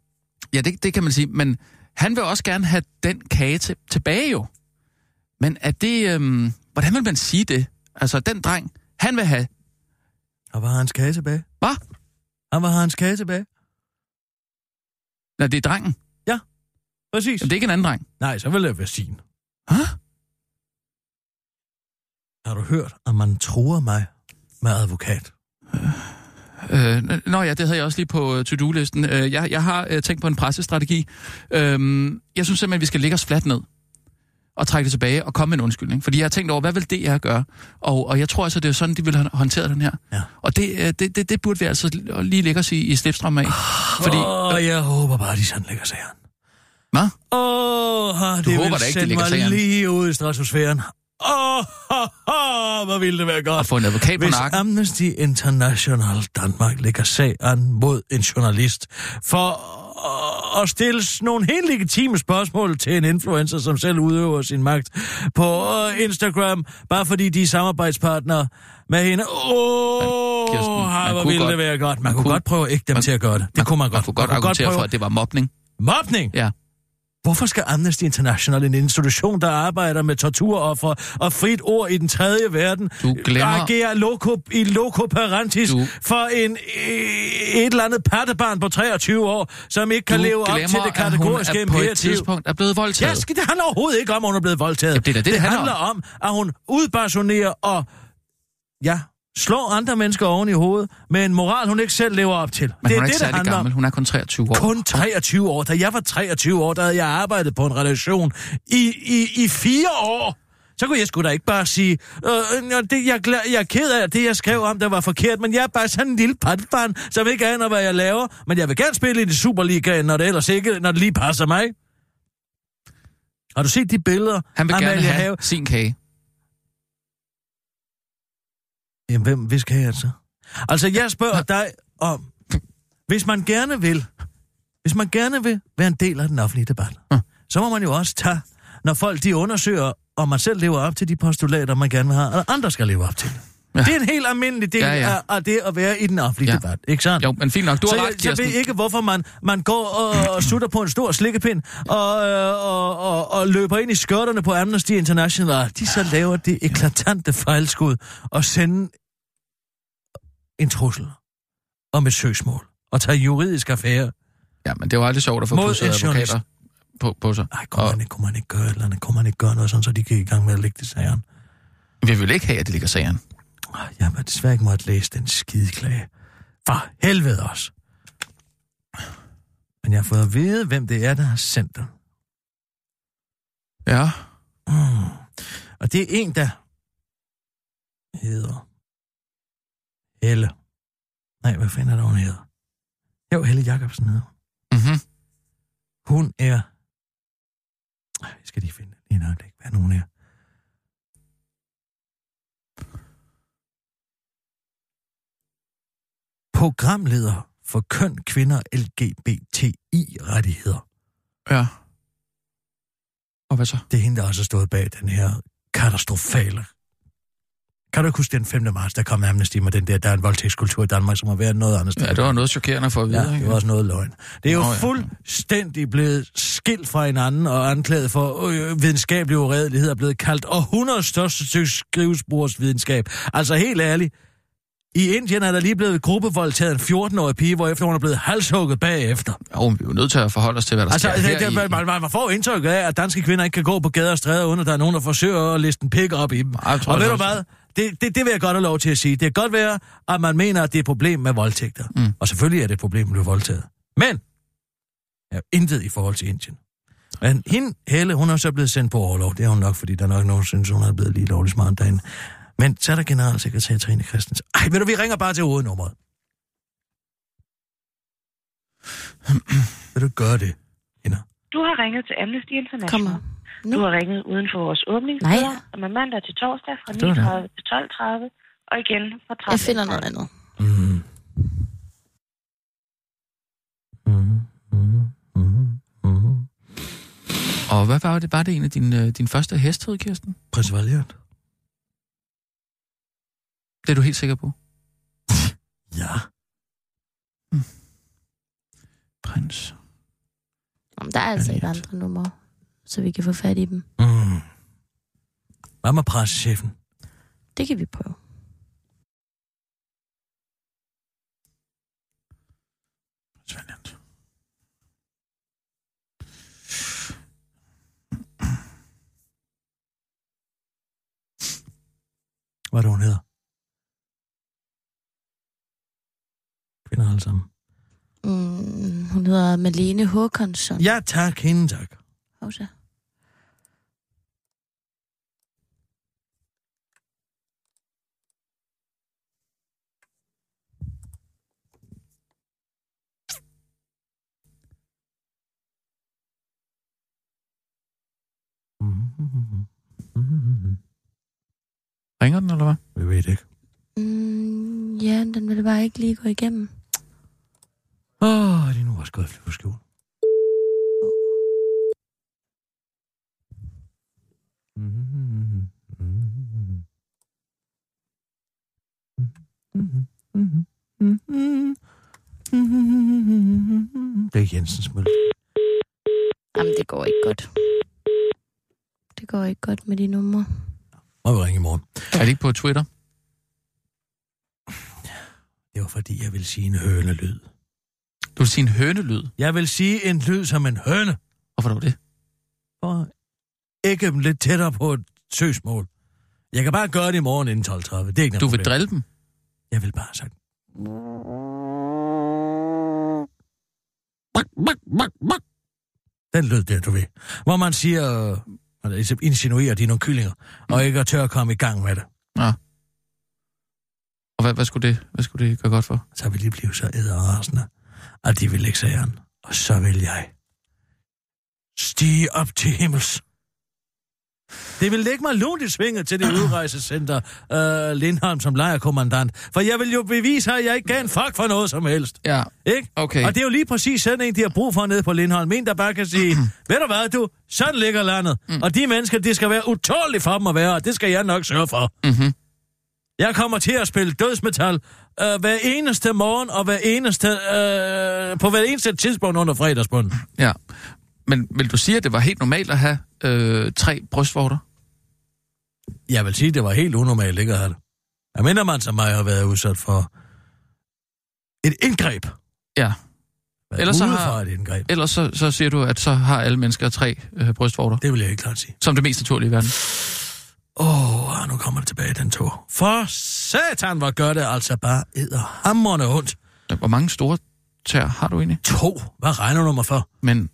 Speaker 2: Ja, det, det kan man sige. Men han vil også gerne have den kage til, tilbage jo. Men er det... Øhm, hvordan vil man sige det? Altså, den dreng, han vil have...
Speaker 3: Og var hans kage tilbage?
Speaker 2: Hvad?
Speaker 3: Han var hans kage tilbage.
Speaker 2: Nå, det er drengen.
Speaker 3: Ja, præcis.
Speaker 2: Jamen, det er ikke en anden dreng.
Speaker 3: Nej, så vil det være sin.
Speaker 2: Hæ?
Speaker 3: Har du hørt, at man tror mig med advokat?
Speaker 2: Øh, n- nå ja, det havde jeg også lige på øh, to-do-listen. Øh, jeg, jeg har øh, tænkt på en pressestrategi. Øh, jeg synes simpelthen, vi skal lægge os fladt ned og trække det tilbage og komme med en undskyldning. Fordi jeg har tænkt over, hvad vil DR gøre? Og, og jeg tror altså, det er sådan, de vil have håndteret den her.
Speaker 3: Ja.
Speaker 2: Og det, øh, det, det, det burde vi altså l- lige lægge os i, i slipstrømmen af. Fordi,
Speaker 3: Åh, jeg håber bare, de sådan lægger sig an.
Speaker 2: hvad?
Speaker 3: Åh, det
Speaker 2: Du håber
Speaker 3: vil
Speaker 2: da ikke, de
Speaker 3: sende
Speaker 2: lægger
Speaker 3: mig
Speaker 2: sig an.
Speaker 3: lige ud i stratosfæren. Åh, oh, oh, hvor ville det være godt.
Speaker 2: At få en advokat på
Speaker 3: Hvis
Speaker 2: nakken.
Speaker 3: Amnesty International Danmark lægger sag an mod en journalist for at stille nogle helt legitime spørgsmål til en influencer, som selv udøver sin magt på øh, Instagram, bare fordi de er samarbejdspartnere med hende. Åh,
Speaker 2: Kirsten,
Speaker 3: oh,
Speaker 2: man
Speaker 3: hvor
Speaker 2: kunne
Speaker 3: ville det
Speaker 2: godt-
Speaker 3: være godt. Man,
Speaker 2: man
Speaker 3: kunne
Speaker 2: kunne-
Speaker 3: godt prøve at ikke dem til at gøre det. Det kunne man godt.
Speaker 2: Man kunne godt
Speaker 3: man
Speaker 2: argumentere
Speaker 3: prøve-
Speaker 2: for, at det var mobning.
Speaker 3: Mobning?
Speaker 2: Ja.
Speaker 3: Hvorfor skal Amnesty International, en institution, der arbejder med torturoffer og frit ord i den tredje verden,
Speaker 2: Du glemmer-
Speaker 3: agere loco, i loco parentis
Speaker 2: Du-
Speaker 3: for en, øh, et eller andet pattebarn på 23 år, som ikke kan
Speaker 2: Du
Speaker 3: leve op til
Speaker 2: glemmer,
Speaker 3: det
Speaker 2: at hun
Speaker 3: kategoriske
Speaker 2: er på et
Speaker 3: imperativ?
Speaker 2: tidspunkt er blevet voldtaget.
Speaker 3: Ja, skal, det handler overhovedet ikke om, at hun er blevet voldtaget.
Speaker 2: Jamen, det er da det, det handler
Speaker 3: handler om. at hun udpersonerer og ja, slår andre mennesker oven i hovedet med en moral, hun ikke selv lever op til.
Speaker 2: Men
Speaker 3: det er
Speaker 2: hun er
Speaker 3: det,
Speaker 2: ikke
Speaker 3: det
Speaker 2: særlig
Speaker 3: handler om.
Speaker 2: gammel. Hun er kun 23 år.
Speaker 3: Kun 23 år. Da jeg var 23 år, der havde jeg arbejdet på en relation i, i, i fire år. Så kunne jeg sgu da ikke bare sige, øh, nå, det, jeg, er glad- jeg er ked af, at det jeg skrev om, der var forkert, men jeg er bare sådan en lille pattebarn, som ikke aner, hvad jeg laver. Men jeg vil gerne spille i det Superligaen, når det ellers ikke, når det lige passer mig. Har du set de billeder?
Speaker 2: Han vil gerne
Speaker 3: Amalie
Speaker 2: have
Speaker 3: Have?
Speaker 2: sin kage.
Speaker 3: Jamen, hvem, hvis kan jeg så? Altså, jeg spørger dig om, hvis man gerne vil, hvis man gerne vil være en del af den offentlige debat, så må man jo også tage, når folk de undersøger, om man selv lever op til de postulater, man gerne vil have, eller andre skal leve op til. Ja. Det er en helt almindelig del ja,
Speaker 2: Ja,
Speaker 3: ja.
Speaker 2: ja.
Speaker 3: Af, af det at være i den offentlige ja. debat, ikke sandt?
Speaker 2: Jo, men fint nok. Du
Speaker 3: så
Speaker 2: har
Speaker 3: jeg,
Speaker 2: ret,
Speaker 3: jeg ved
Speaker 2: Kirsten.
Speaker 3: ikke, hvorfor man, man går og, og sutter på en stor slikkepind og, øh, og, og, og løber ind i skørterne på Amnesty International, og de så laver det eklatante fejlskud og sende en trussel om et søgsmål og tage juridisk affære.
Speaker 2: Ja, men det var aldrig sjovt at få
Speaker 3: Mod
Speaker 2: pludselig
Speaker 3: en journalist.
Speaker 2: advokater på, på sig.
Speaker 3: Nej, kunne, man ikke, kunne man ikke gøre et eller andet? Kunne man ikke gøre noget sådan, så de gik i gang med at lægge det i sagerne?
Speaker 2: Vi vil ikke have, at det ligger sagen.
Speaker 3: Ah, Jeg har desværre ikke måtte læse den skideklage. For helvede også. Men jeg har fået at vide, hvem det er, der har sendt den.
Speaker 2: Ja.
Speaker 3: Mm. Og det er en, der hedder Helle. Nej, hvad fanden er det, hun hedder? Jo, Helle Jacobsen hedder hun.
Speaker 2: Mm-hmm.
Speaker 3: Hun er... Ej, Jeg skal lige finde den lige en øjeblik, hvad er det, hun er. Programleder for køn, kvinder, LGBTI-rettigheder.
Speaker 2: Ja. Og hvad så?
Speaker 3: Det er hende, der også har stået bag den her katastrofale... Kan du ikke huske den 5. marts, der kom Amnesty med den der, der er en voldtægtskultur i Danmark, som har været noget andet sted?
Speaker 2: Ja, det var noget chokerende at få at vide.
Speaker 3: Ja, det
Speaker 2: ikke?
Speaker 3: var også noget løgn. Det er jo
Speaker 2: Nå,
Speaker 3: oh,
Speaker 2: ja.
Speaker 3: fuldstændig blevet skilt fra hinanden og anklaget for øh, videnskabelig uredelighed er blevet kaldt århundredes største stykke skrivesporsvidenskab. Altså helt ærligt, i Indien er der lige blevet gruppevoldtaget en 14-årig pige, hvorefter hun er blevet halshugget bagefter.
Speaker 2: Jo, men vi er jo nødt til at forholde os til, hvad der
Speaker 3: Altså,
Speaker 2: sker
Speaker 3: det,
Speaker 2: her
Speaker 3: det, man,
Speaker 2: i...
Speaker 3: man, man får indtryk af, at danske kvinder ikke kan gå på gader og stræder, uden at der er nogen, der forsøger at liste en pik op i dem.
Speaker 2: jeg tror,
Speaker 3: og ved
Speaker 2: det
Speaker 3: du
Speaker 2: er
Speaker 3: hvad? Det, det, det vil jeg godt have lov til at sige. Det kan godt være, at man mener, at det er et problem med voldtægter. Mm. Og selvfølgelig er det et problem, at blive voldtaget. Men, ja, intet i forhold til Indien. Men hende, Helle, hun er så blevet sendt på overlov. Det er hun nok, fordi der er nok nogen, synes, hun er blevet lige lovlig smart derinde. Men så er der generalsekretær Trine Christensen. Ej, ved du, vi ringer bare til hovednummeret. vil du gøre det?
Speaker 12: Du har ringet til Amnesty International. Kom Du har ringet uden for vores åbningstider,
Speaker 8: Nej,
Speaker 12: som er mandag til torsdag fra
Speaker 3: var det.
Speaker 12: 9.30 til 12.30, og igen fra 13.30.
Speaker 8: Jeg finder noget andet.
Speaker 3: Mm. Mm. Mm. Mm. Mm.
Speaker 2: Og hvad var det? Var det en af dine, øh, din første hestrid, Kirsten?
Speaker 3: Prins Valiant.
Speaker 2: Det er du helt sikker på?
Speaker 3: Ja. Mm.
Speaker 2: Prins.
Speaker 8: Om der er altså ikke andre numre, så vi kan få fat i dem.
Speaker 3: Mm. Hvad med pressechefen?
Speaker 8: Det kan vi prøve.
Speaker 2: Svendland.
Speaker 3: Hvad er det, hun hedder? Kvinder alle sammen.
Speaker 8: Mm, hun hedder Malene Håkonsson.
Speaker 3: Ja, tak. Hende, tak.
Speaker 8: Hov, så.
Speaker 2: Ringer den, eller hvad?
Speaker 3: Vi ved det ikke.
Speaker 8: Mm, ja, den ville bare ikke lige gå igennem.
Speaker 3: Åh, det er nu også gået efter skjul. Det er Jensens mølle.
Speaker 8: Jamen, det går ikke godt. Det går ikke godt med de numre.
Speaker 3: Må vi ringe i morgen.
Speaker 2: Er det ikke på Twitter?
Speaker 3: Det var fordi, jeg ville sige en hønelyd.
Speaker 2: Du vil sige en hønelyd.
Speaker 3: Jeg vil sige en lyd som en høne.
Speaker 2: Hvorfor dog det?
Speaker 3: For at ikke dem lidt tættere på et søgsmål. Jeg kan bare gøre det i morgen inden 12.30. Det er ikke noget
Speaker 2: Du vil
Speaker 3: problem.
Speaker 2: drille dem?
Speaker 3: Jeg vil bare have sagt. Den lød der, du ved. Hvor man siger, øh, eller ligesom insinuerer, at de er nogle kyllinger, og ikke er tør at komme i gang med det.
Speaker 2: Ja. Og hvad, hvad, skulle det, hvad skulle det gøre godt for?
Speaker 3: Så vil de blive så æderrasende, at de vil lægge sig an. Og så vil jeg stige op til himmels. Det vil lægge mig lunt i svinget til det udrejsecenter, øh, Lindholm som lejerkommandant. For jeg vil jo bevise her, at jeg ikke gav en fuck for noget som helst.
Speaker 2: Ja.
Speaker 3: Ikke?
Speaker 2: Okay.
Speaker 3: Og det er jo lige præcis sådan en, de har brug for nede på Lindholm. En, der bare kan
Speaker 2: *clears throat*
Speaker 3: sige, ved du hvad du, sådan ligger landet. Mm. Og de mennesker, det skal være utåligt for dem at være, og det skal jeg nok sørge for.
Speaker 2: Mm-hmm.
Speaker 3: Jeg kommer til at spille dødsmetal øh, hver eneste morgen og hver eneste, øh, på hver eneste tidspunkt under fredagsbunden.
Speaker 2: Ja. Men vil du sige, at det var helt normalt at have øh, tre brystvorter?
Speaker 3: Jeg vil sige, det var helt unormalt ikke at have det. Jeg minder man som mig har været udsat for et indgreb.
Speaker 2: Ja.
Speaker 3: Været
Speaker 2: Ellers så,
Speaker 3: ude for
Speaker 2: har,
Speaker 3: et indgreb.
Speaker 2: ellers så, så siger du, at så har alle mennesker tre øh, brystvorter.
Speaker 3: Det vil jeg ikke klart sige.
Speaker 2: Som det mest naturlige i verden.
Speaker 3: Åh, oh, nu kommer det tilbage, den tog. For satan, hvor gør det altså bare edderhamrende ondt.
Speaker 2: Hvor mange store tær har du egentlig?
Speaker 3: To. Hvad regner du mig for?
Speaker 2: Men